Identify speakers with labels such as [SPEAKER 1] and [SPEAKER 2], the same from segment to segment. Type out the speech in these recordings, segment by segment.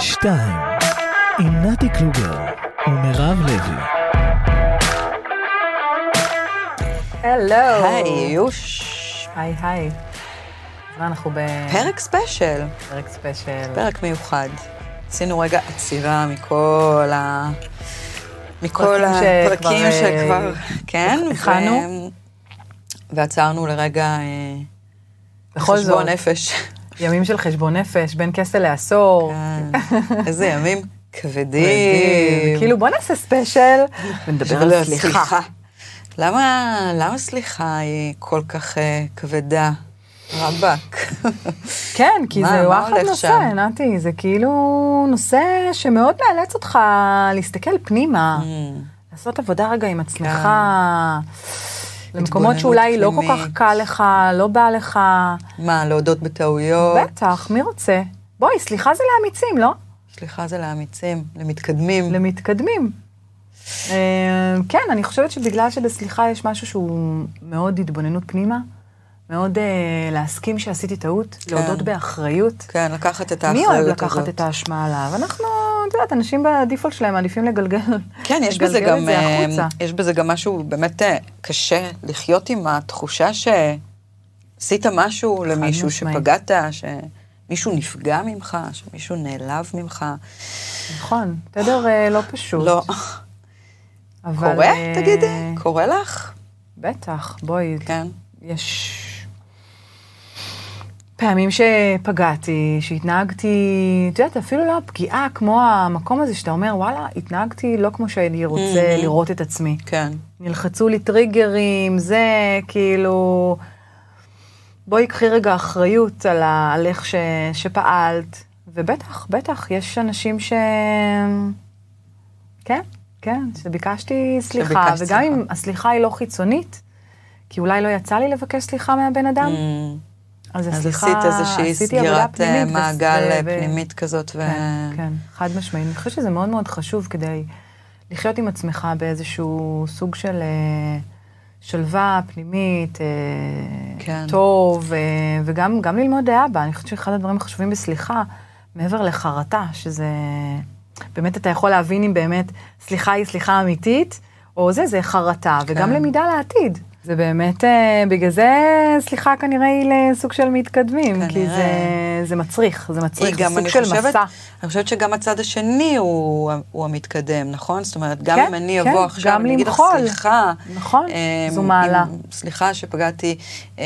[SPEAKER 1] 2 עם נתי קלוגר ומירב לוי.
[SPEAKER 2] הלו.
[SPEAKER 3] היי, יוש.
[SPEAKER 2] היי היי. אז מה אנחנו בפרק
[SPEAKER 3] פרק ספיישל,
[SPEAKER 2] ספיישל?
[SPEAKER 3] פרק מיוחד. עשינו רגע עצירה מכל ה... מכל
[SPEAKER 2] פרקים שכבר,
[SPEAKER 3] הפרקים
[SPEAKER 2] אה,
[SPEAKER 3] שכבר, כן,
[SPEAKER 2] הכנו.
[SPEAKER 3] ו- ועצרנו לרגע אה,
[SPEAKER 2] בכל זאת,
[SPEAKER 3] חשבון נפש.
[SPEAKER 2] ימים של חשבון נפש, בין כסל לעשור.
[SPEAKER 3] כן. איזה ימים כבדים.
[SPEAKER 2] מדהים. כאילו לא בוא נעשה ספיישל.
[SPEAKER 3] נדבר על סליחה. למה, למה סליחה היא כל כך אה, כבדה? רבאק.
[SPEAKER 2] כן, כי
[SPEAKER 3] מה-
[SPEAKER 2] זה
[SPEAKER 3] מה
[SPEAKER 2] וואחד
[SPEAKER 3] הולך
[SPEAKER 2] נושא,
[SPEAKER 3] שם?
[SPEAKER 2] נתי, זה כאילו נושא שמאוד מאלץ אותך להסתכל פנימה,
[SPEAKER 3] Mm.
[SPEAKER 2] לעשות עבודה רגע
[SPEAKER 3] כן.
[SPEAKER 2] עם עצמך, למקומות
[SPEAKER 3] התבוננות
[SPEAKER 2] שאולי לא כל כך
[SPEAKER 3] פנימית.
[SPEAKER 2] קל לך, לא בא לך.
[SPEAKER 3] מה, להודות בטעויות?
[SPEAKER 2] בטח, מי רוצה? בואי, סליחה זה לאמיצים, לא?
[SPEAKER 3] סליחה זה לאמיצים, למתקדמים.
[SPEAKER 2] למתקדמים. אה, כן, אני חושבת שבגלל שבסליחה יש משהו שהוא מאוד התבוננות פנימה, מאוד אה, להסכים שעשיתי טעות, להודות באחריות.
[SPEAKER 3] כן, לקחת כן. את
[SPEAKER 2] מי
[SPEAKER 3] האחריות הזאת.
[SPEAKER 2] אוהב לקחת את האשמה עליו? אנחנו, את יודעת, אנשים בדיפולט שלהם מעדיפים לגלגל.
[SPEAKER 3] כן, יש בזה
[SPEAKER 2] לגלגל את
[SPEAKER 3] גם,
[SPEAKER 2] זה
[SPEAKER 3] אה,
[SPEAKER 2] החוצה.
[SPEAKER 3] יש בזה גם משהו באמת אה, קשה לחיות עם התחושה שעשית משהו למישהו,
[SPEAKER 2] משמעית.
[SPEAKER 3] שפגעת, שמישהו נפגע ממך, שמישהו נעלב ממך.
[SPEAKER 2] נכון, תדר אה, לא פשוט.
[SPEAKER 3] לא.
[SPEAKER 2] אבל,
[SPEAKER 3] קורה,
[SPEAKER 2] אה,
[SPEAKER 3] תגידי? קורה לך?
[SPEAKER 2] בטח, בואי,
[SPEAKER 3] כן.
[SPEAKER 2] יש פעמים שפגעתי, שהתנהגתי, את יודעת, אפילו לא הפגיעה, כמו המקום הזה שאתה אומר, וואלה, התנהגתי לא כמו שאני רוצה
[SPEAKER 3] Mhm.
[SPEAKER 2] לראות את עצמי.
[SPEAKER 3] כן.
[SPEAKER 2] נלחצו לי טריגרים, זה כאילו... בואי קחי רגע אחריות על, ה... על איך ש... שפעלת, ובטח, בטח, יש אנשים ש... כן, כן, שביקשתי סליחה,
[SPEAKER 3] שביקשת
[SPEAKER 2] וגם
[SPEAKER 3] סליחה.
[SPEAKER 2] אם הסליחה היא לא חיצונית, כי אולי לא יצא לי לבקש סליחה מהבן אדם,
[SPEAKER 3] Mm.
[SPEAKER 2] אז
[SPEAKER 3] אז
[SPEAKER 2] הסליחה,
[SPEAKER 3] עשית איזושהי
[SPEAKER 2] עשיתי עבודה
[SPEAKER 3] סגירת אה,
[SPEAKER 2] פנימית, וס-
[SPEAKER 3] מעגל אה,
[SPEAKER 2] ו- ו-
[SPEAKER 3] פנימית כזאת, ו...
[SPEAKER 2] כן, כן, חד משמעית. אני חושבת שזה מאוד מאוד חשוב כדי לחיות עם עצמך באיזשהו סוג של אה, שלווה פנימית, אה,
[SPEAKER 3] כן.
[SPEAKER 2] טוב, אה, וגם גם ללמוד לאבא. אני חושבת שאחד הדברים החשובים בסליחה, מעבר לחרטה, שזה... באמת אתה יכול להבין אם באמת סליחה היא סליחה אמיתית, או זה, זה חרטה, כן. וגם למידה לעתיד. זה באמת, אה, בגלל זה סליחה כנראה היא לסוג של מתקדמים, כי זה,
[SPEAKER 3] כנראה.
[SPEAKER 2] זה מצריך, זה מצריך,
[SPEAKER 3] היא
[SPEAKER 2] זה
[SPEAKER 3] גם,
[SPEAKER 2] סוג
[SPEAKER 3] אני
[SPEAKER 2] של
[SPEAKER 3] חושבת,
[SPEAKER 2] מסע.
[SPEAKER 3] אני חושבת שגם הצד השני הוא, הוא המתקדם, נכון? זאת אומרת, גם
[SPEAKER 2] כן,
[SPEAKER 3] אם אני
[SPEAKER 2] כן,
[SPEAKER 3] אבוא עכשיו,
[SPEAKER 2] גם
[SPEAKER 3] אני אגיד לך
[SPEAKER 2] למחול.
[SPEAKER 3] סליחה.
[SPEAKER 2] נכון,
[SPEAKER 3] אמ,
[SPEAKER 2] זו מעלה.
[SPEAKER 3] אם- סליחה שפגעתי, אמ,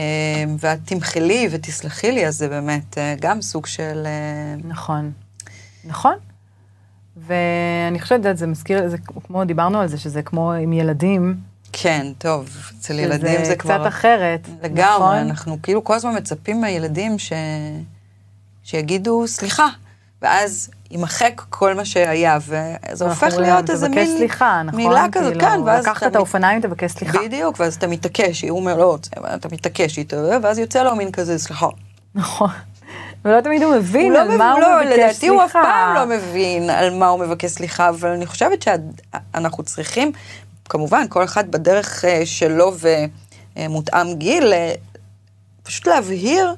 [SPEAKER 3] ואת תמחלי ותסלחי לי, אז זה באמת אה, גם סוג של... אה,
[SPEAKER 2] נכון, נכון. ואני חושבת, את יודעת, זה מזכיר, זה כמו, דיברנו על זה, שזה כמו עם ילדים.
[SPEAKER 3] כן, טוב, אצל
[SPEAKER 2] שזה
[SPEAKER 3] ילדים זה כבר...
[SPEAKER 2] קצת אחרת.
[SPEAKER 3] לגמרי,
[SPEAKER 2] נכון?
[SPEAKER 3] אנחנו כאילו כל הזמן מצפים מהילדים ש... שיגידו סליחה, ואז יימחק כל מה שהיה, וזה
[SPEAKER 2] אנחנו
[SPEAKER 3] הופך
[SPEAKER 2] אומרים להם,
[SPEAKER 3] להיות איזה
[SPEAKER 2] תבקש
[SPEAKER 3] מין
[SPEAKER 2] סליחה, נכון?
[SPEAKER 3] מילה כזאת,
[SPEAKER 2] כאילו,
[SPEAKER 3] כן, ואז
[SPEAKER 2] לקחת
[SPEAKER 3] אתה
[SPEAKER 2] את האופניים, תבקש סליחה.
[SPEAKER 3] בדיוק, ואז אתה מתעקש, הוא אומר, לא רוצה, אבל אתה מתעקש איתו, ואז יוצא לו מין כזה, סליחה.
[SPEAKER 2] נכון. ולא תמיד הוא מבין
[SPEAKER 3] לא
[SPEAKER 2] על מה הוא
[SPEAKER 3] מבין- לא,
[SPEAKER 2] מבקש סליחה.
[SPEAKER 3] לדעתי הוא אף פעם לא מבין על מה הוא מבקש סליחה, אבל אני חושבת שאנחנו צריכים, כמובן, כל אחד בדרך אה, שלו ומותאם גיל, אה, פשוט להבהיר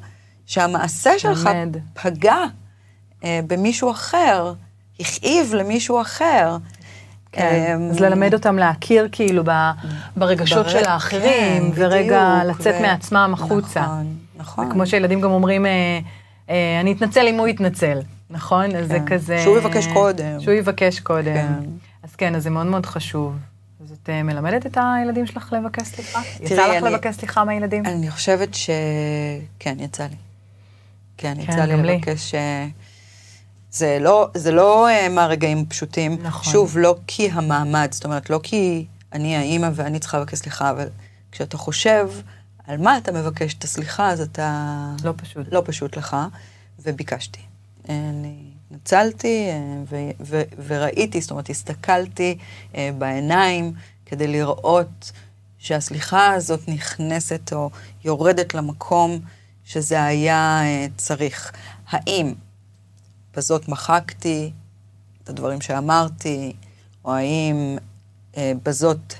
[SPEAKER 3] שהמעשה שלך
[SPEAKER 2] אמת.
[SPEAKER 3] פגע אה, במישהו אחר, הכאיב למישהו אחר.
[SPEAKER 2] כן,
[SPEAKER 3] אה,
[SPEAKER 2] אז ללמד אותם להכיר כאילו ב- ברגשות
[SPEAKER 3] בר-
[SPEAKER 2] של האחרים,
[SPEAKER 3] כן,
[SPEAKER 2] ורגע
[SPEAKER 3] בדיוק,
[SPEAKER 2] לצאת
[SPEAKER 3] ו-
[SPEAKER 2] מעצמם החוצה.
[SPEAKER 3] נכון, נכון.
[SPEAKER 2] כמו שילדים גם אומרים, אה, אה, אני אתנצל אם הוא יתנצל, נכון? אז זה
[SPEAKER 3] כן.
[SPEAKER 2] כזה...
[SPEAKER 3] שהוא יבקש קודם.
[SPEAKER 2] שהוא יבקש קודם.
[SPEAKER 3] כן.
[SPEAKER 2] אז כן, אז זה מאוד מאוד חשוב. אז את אה, מלמדת את הילדים שלך לבקש סליחה? יצא
[SPEAKER 3] תראי,
[SPEAKER 2] לך
[SPEAKER 3] אני-
[SPEAKER 2] לבקש סליחה מהילדים?
[SPEAKER 3] אני חושבת ש... כן, יצא לי. כן,
[SPEAKER 2] כן,
[SPEAKER 3] יצא לי
[SPEAKER 2] גם לי.
[SPEAKER 3] לבקש... אה, זה לא, זה לא אה, מהרגעים פשוטים.
[SPEAKER 2] נכון.
[SPEAKER 3] שוב, לא כי המעמד, זאת אומרת, לא כי אני האימא ואני צריכה לבקש סליחה, אבל כשאתה חושב על מה אתה מבקש את הסליחה, אז אתה...
[SPEAKER 2] לא פשוט.
[SPEAKER 3] לא פשוט לך, וביקשתי. אה, אני התנצלתי אה, ו- ו- וראיתי, זאת אומרת, הסתכלתי אה, בעיניים כדי לראות שהסליחה הזאת נכנסת או יורדת למקום שזה היה אה, צריך. האם בזאת מחקתי את הדברים שאמרתי, או האם אה, בזאת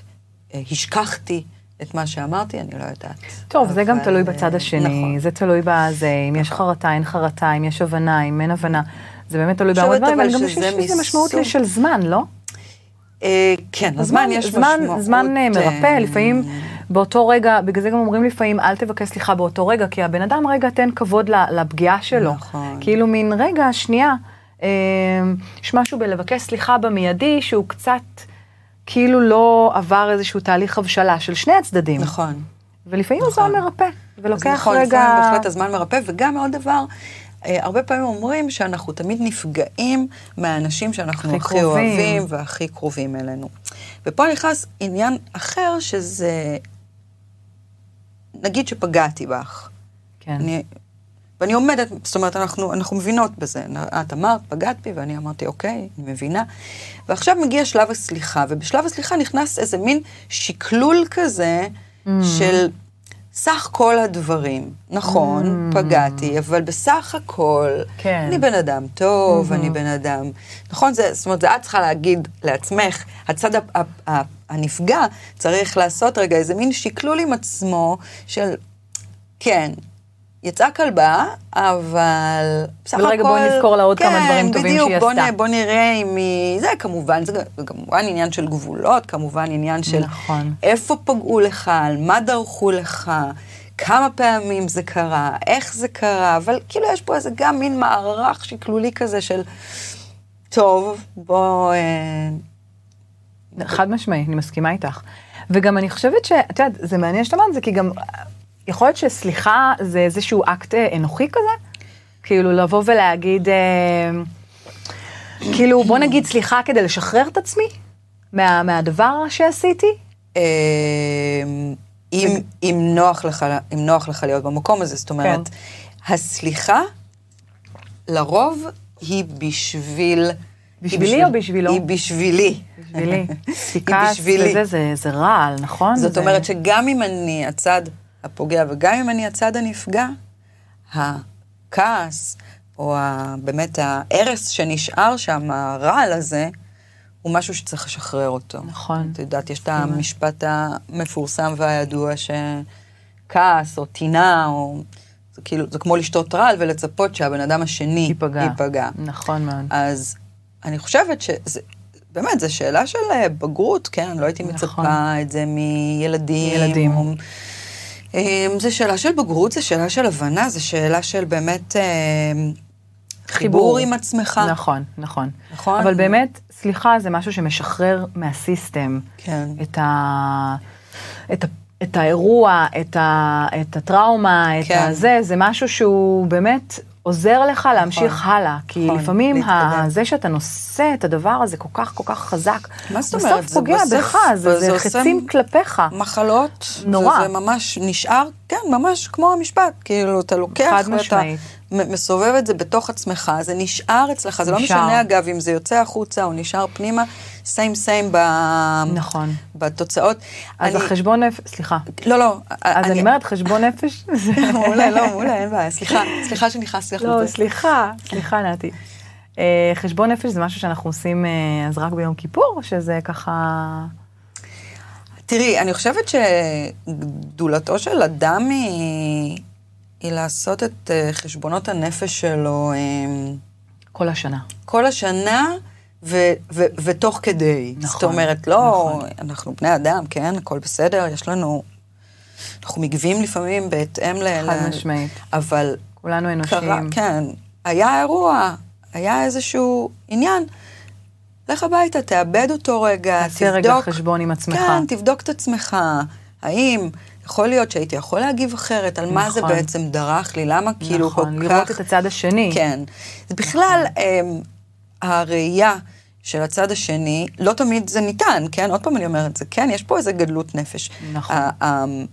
[SPEAKER 3] אה, השכחתי את מה שאמרתי, אני לא יודעת.
[SPEAKER 2] טוב, זה גם
[SPEAKER 3] אבל,
[SPEAKER 2] תלוי
[SPEAKER 3] אה,
[SPEAKER 2] בצד השני,
[SPEAKER 3] נכון.
[SPEAKER 2] זה תלוי בזה, אם יש חרטה, אין חרטה, אם יש הבנה, אם אין הבנה. זה באמת תלוי בהרבה
[SPEAKER 3] חושבת
[SPEAKER 2] דברים,
[SPEAKER 3] אבל
[SPEAKER 2] אבל גם
[SPEAKER 3] שזה
[SPEAKER 2] יש לזה משמעות
[SPEAKER 3] מסוג-
[SPEAKER 2] של זמן, לא?
[SPEAKER 3] אה, כן, הזמן יש
[SPEAKER 2] זמן,
[SPEAKER 3] משמעות.
[SPEAKER 2] זמן אה, מרפא,
[SPEAKER 3] אה,
[SPEAKER 2] לפעמים באותו רגע, בגלל זה גם אומרים לפעמים, אל תבקש סליחה באותו רגע, כי הבן אדם רגע תן כבוד ל- לפגיעה שלו.
[SPEAKER 3] נכון.
[SPEAKER 2] כאילו מין, רגע, שנייה, אה, יש משהו בלבקש סליחה במיידי, שהוא קצת כאילו לא עבר איזשהו תהליך הבשלה של שני הצדדים.
[SPEAKER 3] נכון.
[SPEAKER 2] ולפעמים
[SPEAKER 3] נכון.
[SPEAKER 2] הזמן מרפא, ולוקח
[SPEAKER 3] אז נכון,
[SPEAKER 2] רגע...
[SPEAKER 3] לפעמים בהחלט הזמן מרפא, וגם עוד דבר, אה, הרבה פעמים אומרים שאנחנו תמיד נפגעים מהאנשים שאנחנו
[SPEAKER 2] הכי
[SPEAKER 3] הכי
[SPEAKER 2] קרובים.
[SPEAKER 3] אוהבים והכי קרובים אלינו. ופה נכנס עניין אחר, שזה, נגיד שפגעתי בך.
[SPEAKER 2] כן.
[SPEAKER 3] אני, ואני עומדת, זאת אומרת, אנחנו, אנחנו מבינות בזה. את אמרת, פגעת בי, ואני אמרתי, אוקיי, אני מבינה. ועכשיו מגיע שלב הסליחה, ובשלב הסליחה נכנס איזה מין שקלול כזה mm. של סך כל הדברים. נכון, mm. פגעתי, אבל בסך הכל,
[SPEAKER 2] כן.
[SPEAKER 3] אני בן אדם טוב, mm-hmm. אני בן אדם... נכון, זה, זאת אומרת, זה את צריכה להגיד לעצמך, הצד ה- ה- ה- הנפגע צריך לעשות רגע איזה מין שקלול עם עצמו של... כן, יצאה כלבה, אבל בסך
[SPEAKER 2] אבל
[SPEAKER 3] הכל...
[SPEAKER 2] רגע, בואי נזכור לה עוד כמה דברים טובים שהיא
[SPEAKER 3] כן, בדיוק, בוא
[SPEAKER 2] עשתה.
[SPEAKER 3] נ- בוא נראה אם היא... זה כמובן, זה גם- זה כמובן עניין של גבולות, כמובן עניין של...
[SPEAKER 2] נכון.
[SPEAKER 3] איפה פגעו לך, על מה דרכו לך, כמה פעמים זה קרה, איך זה קרה, אבל כאילו יש פה איזה גם מין מערך שקלולי כזה של... טוב, בוא... אה,
[SPEAKER 2] חד משמעי, אני מסכימה איתך. וגם אני חושבת ש... את יודעת, זה מעניין שאת אמרת את זה, כי גם אה, יכול להיות שסליחה זה איזשהו אקט אה, אנוכי כזה, כאילו לבוא ולהגיד, אה, כאילו בוא נגיד סליחה כדי לשחרר את עצמי מה, מהדבר שעשיתי.
[SPEAKER 3] אמ, אם, אם, נוח לך, אם נוח לך להיות במקום הזה, זאת אומרת,
[SPEAKER 2] כן.
[SPEAKER 3] הסליחה, לרוב, היא בשביל...
[SPEAKER 2] בשבילי
[SPEAKER 3] היא
[SPEAKER 2] או בשבילו?
[SPEAKER 3] היא בשבילי.
[SPEAKER 2] בשבילי,
[SPEAKER 3] היא
[SPEAKER 2] סיכה
[SPEAKER 3] בשבילי.
[SPEAKER 2] וזה, זה, זה רעל, נכון?
[SPEAKER 3] זאת
[SPEAKER 2] זה-
[SPEAKER 3] אומרת שגם אם אני הצד הפוגע וגם אם אני הצד הנפגע, הכעס, או ה- באמת ההרס שנשאר שם, הרעל הזה, הוא משהו שצריך לשחרר אותו.
[SPEAKER 2] נכון.
[SPEAKER 3] את יודעת, יש את המשפט המפורסם והידוע שכעס או טינה, או... זה כאילו, זה כמו לשתות רעל ולצפות שהבן אדם השני
[SPEAKER 2] ייפגע.
[SPEAKER 3] ייפגע.
[SPEAKER 2] נכון מאוד.
[SPEAKER 3] אז אני חושבת שזה, באמת, זו שאלה של אה, בגרות, כן? לא הייתי
[SPEAKER 2] נכון.
[SPEAKER 3] מצפה את זה מילדים.
[SPEAKER 2] ילדים.
[SPEAKER 3] או- אמ, זו שאלה של בגרות, זו שאלה של הבנה, זו שאלה של באמת אמ, חיבור עם עצמך.
[SPEAKER 2] נכון, נכון.
[SPEAKER 3] נכון.
[SPEAKER 2] אבל באמת, סליחה, זה משהו שמשחרר מהסיסטם.
[SPEAKER 3] כן.
[SPEAKER 2] את, ה... את, ה... את האירוע, את, ה... את הטראומה, את
[SPEAKER 3] כן.
[SPEAKER 2] הזה, זה משהו שהוא באמת עוזר לך להמשיך הלאה. כי
[SPEAKER 3] נכון,
[SPEAKER 2] לפעמים ה...
[SPEAKER 3] להתקדם.
[SPEAKER 2] זה שאתה נושא את הדבר הזה כל כך כל כך חזק,
[SPEAKER 3] מה זאת
[SPEAKER 2] בסוף
[SPEAKER 3] אומרת? זה
[SPEAKER 2] פוגע
[SPEAKER 3] בסוף-
[SPEAKER 2] בך, זה,
[SPEAKER 3] זה
[SPEAKER 2] זה
[SPEAKER 3] עושה-
[SPEAKER 2] חצים כלפיך.
[SPEAKER 3] מחלות.
[SPEAKER 2] נורא.
[SPEAKER 3] זה, זה ממש נשאר, כן, ממש כמו המשפט. כאילו, אתה לוקח,
[SPEAKER 2] חד
[SPEAKER 3] ואתה
[SPEAKER 2] משמעית.
[SPEAKER 3] מ- מסובב את זה בתוך עצמך, זה נשאר אצלך. זה לא
[SPEAKER 2] נשאר.
[SPEAKER 3] משנה, אגב, אם זה יוצא החוצה או נשאר פנימה, סיים סיים ב...
[SPEAKER 2] נכון.
[SPEAKER 3] בתוצאות.
[SPEAKER 2] אז
[SPEAKER 3] אני-
[SPEAKER 2] החשבון נפש, סליחה.
[SPEAKER 3] לא, לא.
[SPEAKER 2] אז אני אומרת חשבון נפש, זה-
[SPEAKER 3] מעולה, לא, מעולה, אין בעיה. סליחה, סליחה שנכנסתי לך
[SPEAKER 2] לא,
[SPEAKER 3] לזה.
[SPEAKER 2] סליחה, סליחה נתי. אה, חשבון נפש זה משהו שאנחנו עושים אה, אז רק ביום כיפור, שזה ככה...
[SPEAKER 3] תראי, אני חושבת שגדולתו של אדם היא, היא לעשות את אה, חשבונות הנפש שלו אה,
[SPEAKER 2] כל השנה.
[SPEAKER 3] כל השנה ו, ו, ותוך כדי.
[SPEAKER 2] נכון,
[SPEAKER 3] זאת אומרת, לא,
[SPEAKER 2] נכון.
[SPEAKER 3] אנחנו בני אדם, כן, הכל בסדר, יש לנו... אנחנו מגיבים לפעמים בהתאם ל...
[SPEAKER 2] חד
[SPEAKER 3] ל-
[SPEAKER 2] משמעית.
[SPEAKER 3] אבל
[SPEAKER 2] כולנו אנושים.
[SPEAKER 3] קרה, כן. היה אירוע, היה איזשהו עניין. לך הביתה, תאבד אותו רגע,
[SPEAKER 2] תעשה
[SPEAKER 3] תבדוק.
[SPEAKER 2] רגע חשבון עם עצמך.
[SPEAKER 3] כן, תבדוק את עצמך. האם יכול להיות שהייתי יכול להגיב אחרת, על מה זה
[SPEAKER 2] נכון.
[SPEAKER 3] בעצם דרך לי, למה כאילו כל כך...
[SPEAKER 2] נכון, לראות את הצד השני.
[SPEAKER 3] כן. אז בכלל, אמ, הראייה של הצד השני, לא תמיד זה ניתן, כן? עוד פעם אני אומרת, זה כן, יש פה איזה גדלות נפש.
[SPEAKER 2] נכון.
[SPEAKER 3] ה- ה- אמ,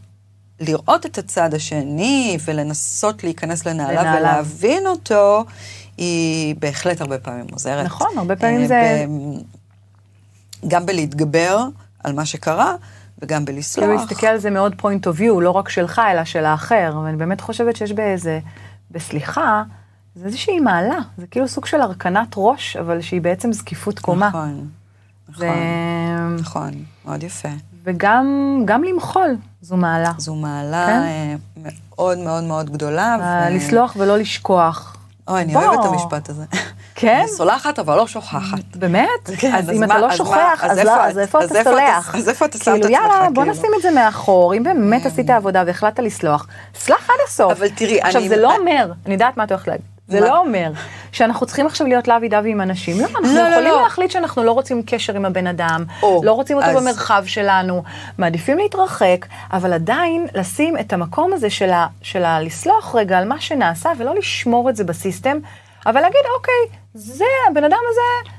[SPEAKER 3] לראות את הצד השני ולנסות להיכנס לנעליו
[SPEAKER 2] לנעליו.
[SPEAKER 3] ולהבין אותו, היא בהחלט הרבה פעמים עוזרת.
[SPEAKER 2] נכון, הרבה פעמים
[SPEAKER 3] אה,
[SPEAKER 2] זה-
[SPEAKER 3] ב- גם בלהתגבר על מה שקרה, וגם בלסלוח.
[SPEAKER 2] כאילו להסתכל על זה מאוד point of view, לא רק שלך, אלא של האחר. ואני באמת חושבת שיש באיזה, בסליחה, זה איזושהי מעלה. זה כאילו סוג של הרכנת ראש, אבל שהיא בעצם זקיפות קומה.
[SPEAKER 3] נכון,
[SPEAKER 2] זה...
[SPEAKER 3] נכון, נכון, מאוד יפה.
[SPEAKER 2] וגם גם למחול זו מעלה.
[SPEAKER 3] זו מעלה
[SPEAKER 2] כן?
[SPEAKER 3] אה, מאוד מאוד מאוד גדולה.
[SPEAKER 2] אה, לסלוח ולא לשכוח.
[SPEAKER 3] אוי, אני
[SPEAKER 2] בוא.
[SPEAKER 3] אוהבת את המשפט הזה.
[SPEAKER 2] כן?
[SPEAKER 3] אני סולחת, אבל לא שוכחת.
[SPEAKER 2] באמת?
[SPEAKER 3] כן,
[SPEAKER 2] אז אם
[SPEAKER 3] מה-
[SPEAKER 2] אתה לא
[SPEAKER 3] מה-
[SPEAKER 2] שוכח, אז לא- אז איפה אתה סולח?
[SPEAKER 3] אז איפה אתה שם את עצמך?
[SPEAKER 2] כאילו, יאללה, בוא
[SPEAKER 3] כאילו? Mm.
[SPEAKER 2] נשים את זה מאחור, אם באמת עשית עבודה והחלטת לסלוח, סלח עד הסוף.
[SPEAKER 3] אבל תראי,
[SPEAKER 2] עכשיו,
[SPEAKER 3] אני-
[SPEAKER 2] זה לא אומר, אני יודעת מה את הולכת להגיד, זה
[SPEAKER 3] מה?
[SPEAKER 2] לא אומר שאנחנו צריכים עכשיו להיות לאבי דבי עם אנשים, לא, אנחנו
[SPEAKER 3] לא, לא,
[SPEAKER 2] יכולים
[SPEAKER 3] לא.
[SPEAKER 2] להחליט שאנחנו לא רוצים קשר עם הבן אדם,
[SPEAKER 3] או,
[SPEAKER 2] לא רוצים אותו
[SPEAKER 3] אז-
[SPEAKER 2] במרחב שלנו, מעדיפים להתרחק, אבל עדיין לשים את המקום הזה של ה- של ה- לסלוח רגע על מה שנעשה ולא לשמור את זה בסיסטם, אבל להגיד, אוקיי, זה, הבן אדם הזה...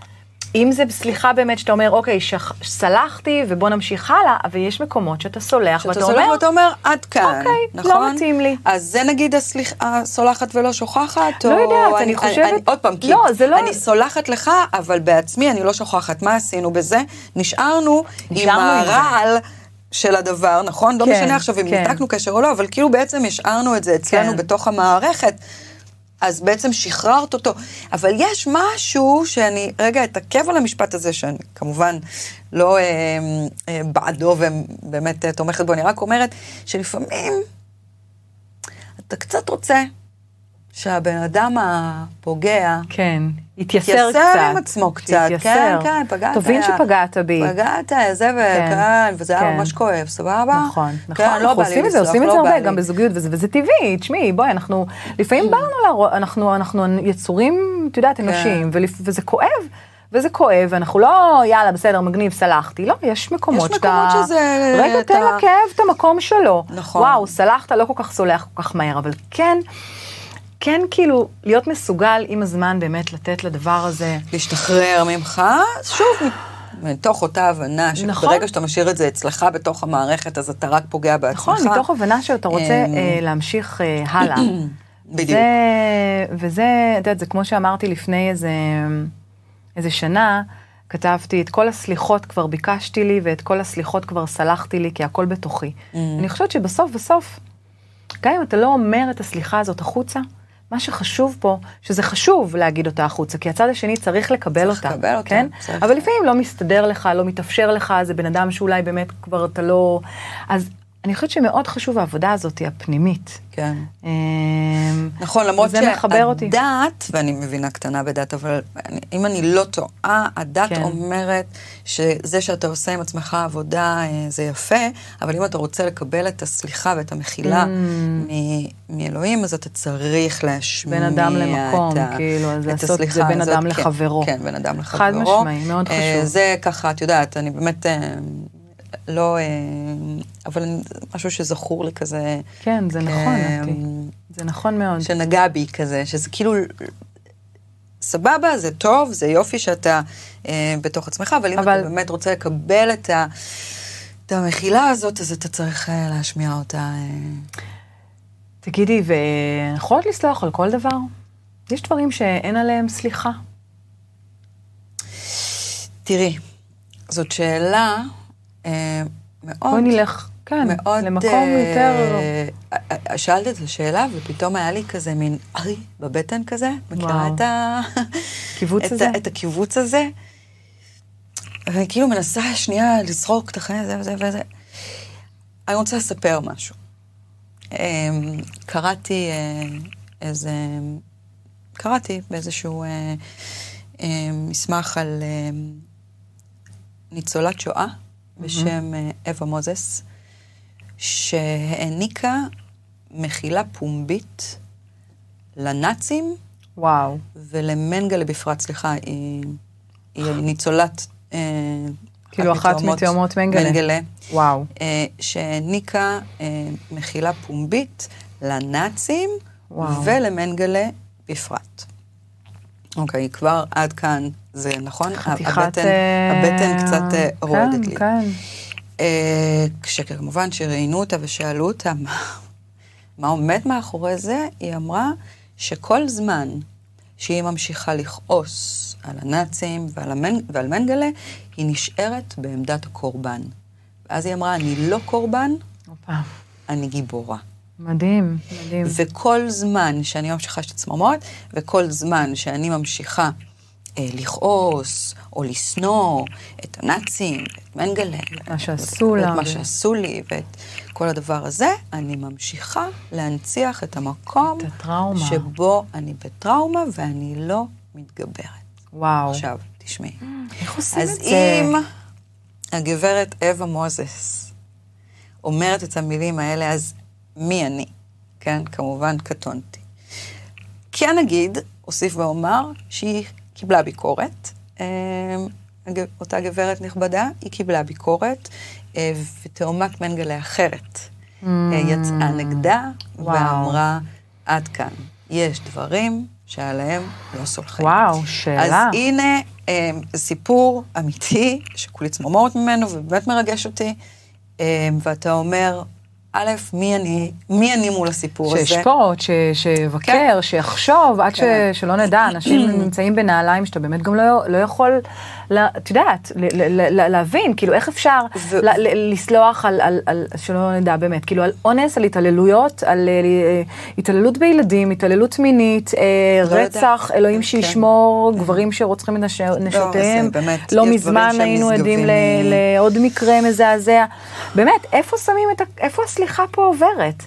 [SPEAKER 2] אם זה, סליחה באמת, שאתה אומר, אוקיי, שח, סלחתי ובוא נמשיך הלאה, אבל יש מקומות שאתה סולח,
[SPEAKER 3] שאתה
[SPEAKER 2] ואתה
[SPEAKER 3] סולח
[SPEAKER 2] אומר,
[SPEAKER 3] ואתה אומר, עד כאן,
[SPEAKER 2] אוקיי, לא
[SPEAKER 3] נכון?
[SPEAKER 2] מתאים לי.
[SPEAKER 3] אז זה נגיד הסליח- הסולחת ולא שוכחת,
[SPEAKER 2] לא
[SPEAKER 3] או...
[SPEAKER 2] יודעת, אני חושבת-
[SPEAKER 3] אני- עוד פעם, כי
[SPEAKER 2] לא, זה לא-
[SPEAKER 3] אני סולחת לך, אבל בעצמי אני לא שוכחת. מה עשינו בזה? נשארנו עם
[SPEAKER 2] נשארנו עם זה.
[SPEAKER 3] הרעל. של הדבר, נכון? לא
[SPEAKER 2] כן,
[SPEAKER 3] משנה עכשיו אם
[SPEAKER 2] כן.
[SPEAKER 3] ניתקנו קשר או לא, אבל כאילו בעצם השארנו את זה אצלנו
[SPEAKER 2] כן.
[SPEAKER 3] בתוך המערכת, אז בעצם שחררת אותו. אבל יש משהו שאני רגע אתעכב על המשפט הזה, שאני כמובן לא אה, אה, בעדו ובאמת אה, תומכת בו, אני רק אומרת שלפעמים אתה קצת רוצה שהבן אדם הפוגע...
[SPEAKER 2] כן, התייסר קצת.
[SPEAKER 3] יתייסר עם עצמו קצת, כן,
[SPEAKER 2] שיתייסר.
[SPEAKER 3] כן, פגעת.
[SPEAKER 2] תבין שפגעת בי.
[SPEAKER 3] פגעת, זה וכאן,
[SPEAKER 2] כן,
[SPEAKER 3] וזה היה
[SPEAKER 2] כן.
[SPEAKER 3] ממש כואב, סבבה?
[SPEAKER 2] נכון,
[SPEAKER 3] כן,
[SPEAKER 2] נכון,
[SPEAKER 3] לא
[SPEAKER 2] אנחנו
[SPEAKER 3] בא לי
[SPEAKER 2] עושים את זה,
[SPEAKER 3] לסלוח,
[SPEAKER 2] עושים את
[SPEAKER 3] לא
[SPEAKER 2] זה
[SPEAKER 3] בא
[SPEAKER 2] הרבה,
[SPEAKER 3] לי. כן.
[SPEAKER 2] גם בזוגיות, וזה וזה טבעי, תשמעי, בואי, אנחנו, לפעמים בא לנו, להראות- אנחנו- אנחנו יצורים, את יודעת, אנושיים, ולפ- וזה כואב, וזה כואב, ואנחנו לא, יאללה, בסדר, מגניב, סלחתי, לא, יש מקומות
[SPEAKER 3] יש מקומות שזה-
[SPEAKER 2] רגע,
[SPEAKER 3] אתה-
[SPEAKER 2] תן לכאב את המקום שלו.
[SPEAKER 3] נכון.
[SPEAKER 2] וואו, סלחת, לא כל כך סולח כל כך מהר, אבל כן, כן, כאילו, להיות מסוגל עם הזמן באמת לתת לדבר הזה.
[SPEAKER 3] להשתחרר ממך, שוב, מ- מתוך אותה הבנה
[SPEAKER 2] נכון.
[SPEAKER 3] שברגע שאתה משאיר את זה אצלך בתוך המערכת, אז אתה רק פוגע בעצמך.
[SPEAKER 2] נכון, מתוך הבנה שאתה רוצה
[SPEAKER 3] אמ,
[SPEAKER 2] אה, להמשיך אה, הלאה.
[SPEAKER 3] בדיוק.
[SPEAKER 2] זה- וזה, את יודעת, זה כמו שאמרתי לפני איזה, איזה שנה, כתבתי את כל הסליחות כבר ביקשתי לי, ואת כל הסליחות כבר סלחתי לי, כי הכל בתוכי.
[SPEAKER 3] Mm.
[SPEAKER 2] אני חושבת שבסוף בסוף, גם אם אתה לא אומר את הסליחה הזאת החוצה, מה שחשוב פה, שזה חשוב להגיד אותה החוצה, כי הצד השני צריך לקבל
[SPEAKER 3] צריך
[SPEAKER 2] אותה,
[SPEAKER 3] לקבל אותה,
[SPEAKER 2] כן?
[SPEAKER 3] צריך.
[SPEAKER 2] אבל לפעמים לא מסתדר לך, לא מתאפשר לך, זה בן אדם שאולי באמת כבר אתה לא... אז אני חושבת שמאוד חשוב העבודה הזאת, הפנימית.
[SPEAKER 3] כן.
[SPEAKER 2] אמ,
[SPEAKER 3] נכון, למרות
[SPEAKER 2] זה מחבר אותי.
[SPEAKER 3] שהדת, ואני מבינה קטנה בדת, אבל אני, אם אני לא טועה, הדת
[SPEAKER 2] כן.
[SPEAKER 3] אומרת שזה שאתה עושה עם עצמך עבודה אה, זה יפה, אבל אם אתה רוצה לקבל את הסליחה ואת
[SPEAKER 2] Mm.
[SPEAKER 3] המחילה מ- מאלוהים, אז אתה צריך להשמיע
[SPEAKER 2] בין אדם למקום,
[SPEAKER 3] את, ה-
[SPEAKER 2] כאילו, אז
[SPEAKER 3] את
[SPEAKER 2] לעשות- זה
[SPEAKER 3] הסליחה
[SPEAKER 2] בין
[SPEAKER 3] הזאת.
[SPEAKER 2] אדם
[SPEAKER 3] כן,
[SPEAKER 2] לחברו.
[SPEAKER 3] כן, בין אדם לחברו.
[SPEAKER 2] חד משמעי, מאוד
[SPEAKER 3] אה,
[SPEAKER 2] חשוב.
[SPEAKER 3] זה ככה, את יודעת, אני באמת... אה, לא, אה, אבל אני- משהו שזכור לי כזה.
[SPEAKER 2] כן, זה נכון,
[SPEAKER 3] אה,
[SPEAKER 2] נתי. זה נכון מאוד.
[SPEAKER 3] שנגע בי כזה, שזה כאילו, סבבה, זה טוב, זה יופי שאתה אה, בתוך עצמך, אבל אם אבל...
[SPEAKER 2] אבל-
[SPEAKER 3] אתה באמת רוצה לקבל את, ה, את המחילה הזאת, אז אתה צריך אה, להשמיע אותה. אה,
[SPEAKER 2] תגידי, ואנחנו יכולות לסלוח על כל דבר? יש דברים שאין עליהם סליחה.
[SPEAKER 3] תראי, זאת שאלה אה, מאוד...
[SPEAKER 2] בואי נלך, כן,
[SPEAKER 3] מאוד...
[SPEAKER 2] למקום
[SPEAKER 3] אה,
[SPEAKER 2] יותר...
[SPEAKER 3] אה, שאלת את השאלה, ופתאום היה לי כזה מין ארי בבטן כזה. מכירה
[SPEAKER 2] וואו.
[SPEAKER 3] את ה...
[SPEAKER 2] הקיבוץ
[SPEAKER 3] את
[SPEAKER 2] הזה?
[SPEAKER 3] ה- את הקיבוץ הזה. ואני כאילו מנסה שנייה לזרוק את החיים הזה וזה וזה. אני רוצה לספר משהו. אמ, קראתי אה, איזה... קראתי באיזשהו אה, אה, מסמך על אה, ניצולת שואה בשם אה, אווה מוזס, שהעניקה מחילה פומבית לנאצים
[SPEAKER 2] וואו.
[SPEAKER 3] ולמנגלה בפרט, סליחה, היא, היא ניצולת... אה,
[SPEAKER 2] כאילו אחת מתאומות מנגלה.
[SPEAKER 3] מנגלה
[SPEAKER 2] וואו.
[SPEAKER 3] אה, שהעניקה אה, מחילה פומבית לנאצים
[SPEAKER 2] וואו.
[SPEAKER 3] ולמנגלה בפרט. אוקיי, כבר עד כאן זה נכון?
[SPEAKER 2] חתיכת...
[SPEAKER 3] הבטן,
[SPEAKER 2] אה,
[SPEAKER 3] הבטן קצת אה, רועדת לי.
[SPEAKER 2] כן, כן.
[SPEAKER 3] אה, כשכמובן שראיינו אותה ושאלו אותה מה, מה עומד מאחורי זה, היא אמרה שכל זמן שהיא ממשיכה לכעוס על הנאצים ועל, המנ... ועל מנגלה, היא נשארת בעמדת הקורבן. ואז היא אמרה, אני לא קורבן,
[SPEAKER 2] הופה.
[SPEAKER 3] אני גיבורה.
[SPEAKER 2] מדהים, מדהים.
[SPEAKER 3] כן. וכל זמן שאני ממשיכה יש את הצמרמורת, וכל זמן שאני ממשיכה אה, לכעוס או לשנוא את הנאצים, את מנגלה,
[SPEAKER 2] מה שעשו לה.
[SPEAKER 3] ואת מה שעשו לי, ואת כל הדבר הזה, אני ממשיכה להנציח את המקום
[SPEAKER 2] את הטראומה.
[SPEAKER 3] שבו אני בטראומה ואני לא מתגברת.
[SPEAKER 2] וואו. Mm.
[SPEAKER 3] עכשיו, תשמעי.
[SPEAKER 2] איך עושים את
[SPEAKER 3] אז
[SPEAKER 2] זה?
[SPEAKER 3] אם הגברת אווה מוזס אומרת את המילים האלה, אז מי אני? כן, כמובן קטונתי. כן אגיד, אוסיף ואומר, שהיא קיבלה ביקורת. אה, הג- אותה גברת נכבדה, היא קיבלה ביקורת, אה, ותאומת מנגלה אחרת אה, יצאה נגדה
[SPEAKER 2] Mm. וואו.
[SPEAKER 3] ואמרה, עד כאן. יש דברים שעליהם לא סולחים.
[SPEAKER 2] וואו, שאלה.
[SPEAKER 3] אז הנה אה, סיפור אמיתי, שכולי צמרמורת ממנו, ובאמת מרגש אותי, אה, ואתה אומר, א', מי אני, מי אני מול הסיפור הזה?
[SPEAKER 2] שישפוט, ש- שיבקר,
[SPEAKER 3] כן.
[SPEAKER 2] שיחשוב, עד ש-
[SPEAKER 3] כן.
[SPEAKER 2] שלא נדע, אנשים נמצאים בנעליים שאתה באמת גם לא, לא יכול, לה- את יודעת, ל- ל- ל- להבין, כאילו איך אפשר
[SPEAKER 3] ו-
[SPEAKER 2] ל- ל- לסלוח על, על, על, שלא נדע באמת, כאילו על אונס, על התעללויות, על אה, אה, התעללות בילדים, התעללות מינית, אה,
[SPEAKER 3] לא
[SPEAKER 2] רצח,
[SPEAKER 3] יודעת.
[SPEAKER 2] אלוהים
[SPEAKER 3] כן.
[SPEAKER 2] שישמור, גברים שרוצחים את נש- נשותיהם,
[SPEAKER 3] באמת,
[SPEAKER 2] לא
[SPEAKER 3] יש
[SPEAKER 2] מזמן
[SPEAKER 3] דברים שהם
[SPEAKER 2] היינו עדים ל-
[SPEAKER 3] נשגבים.
[SPEAKER 2] ל- עוד מקרה מזעזע. באמת, איפה שמים את ה... איפה הסליחה פה עוברת?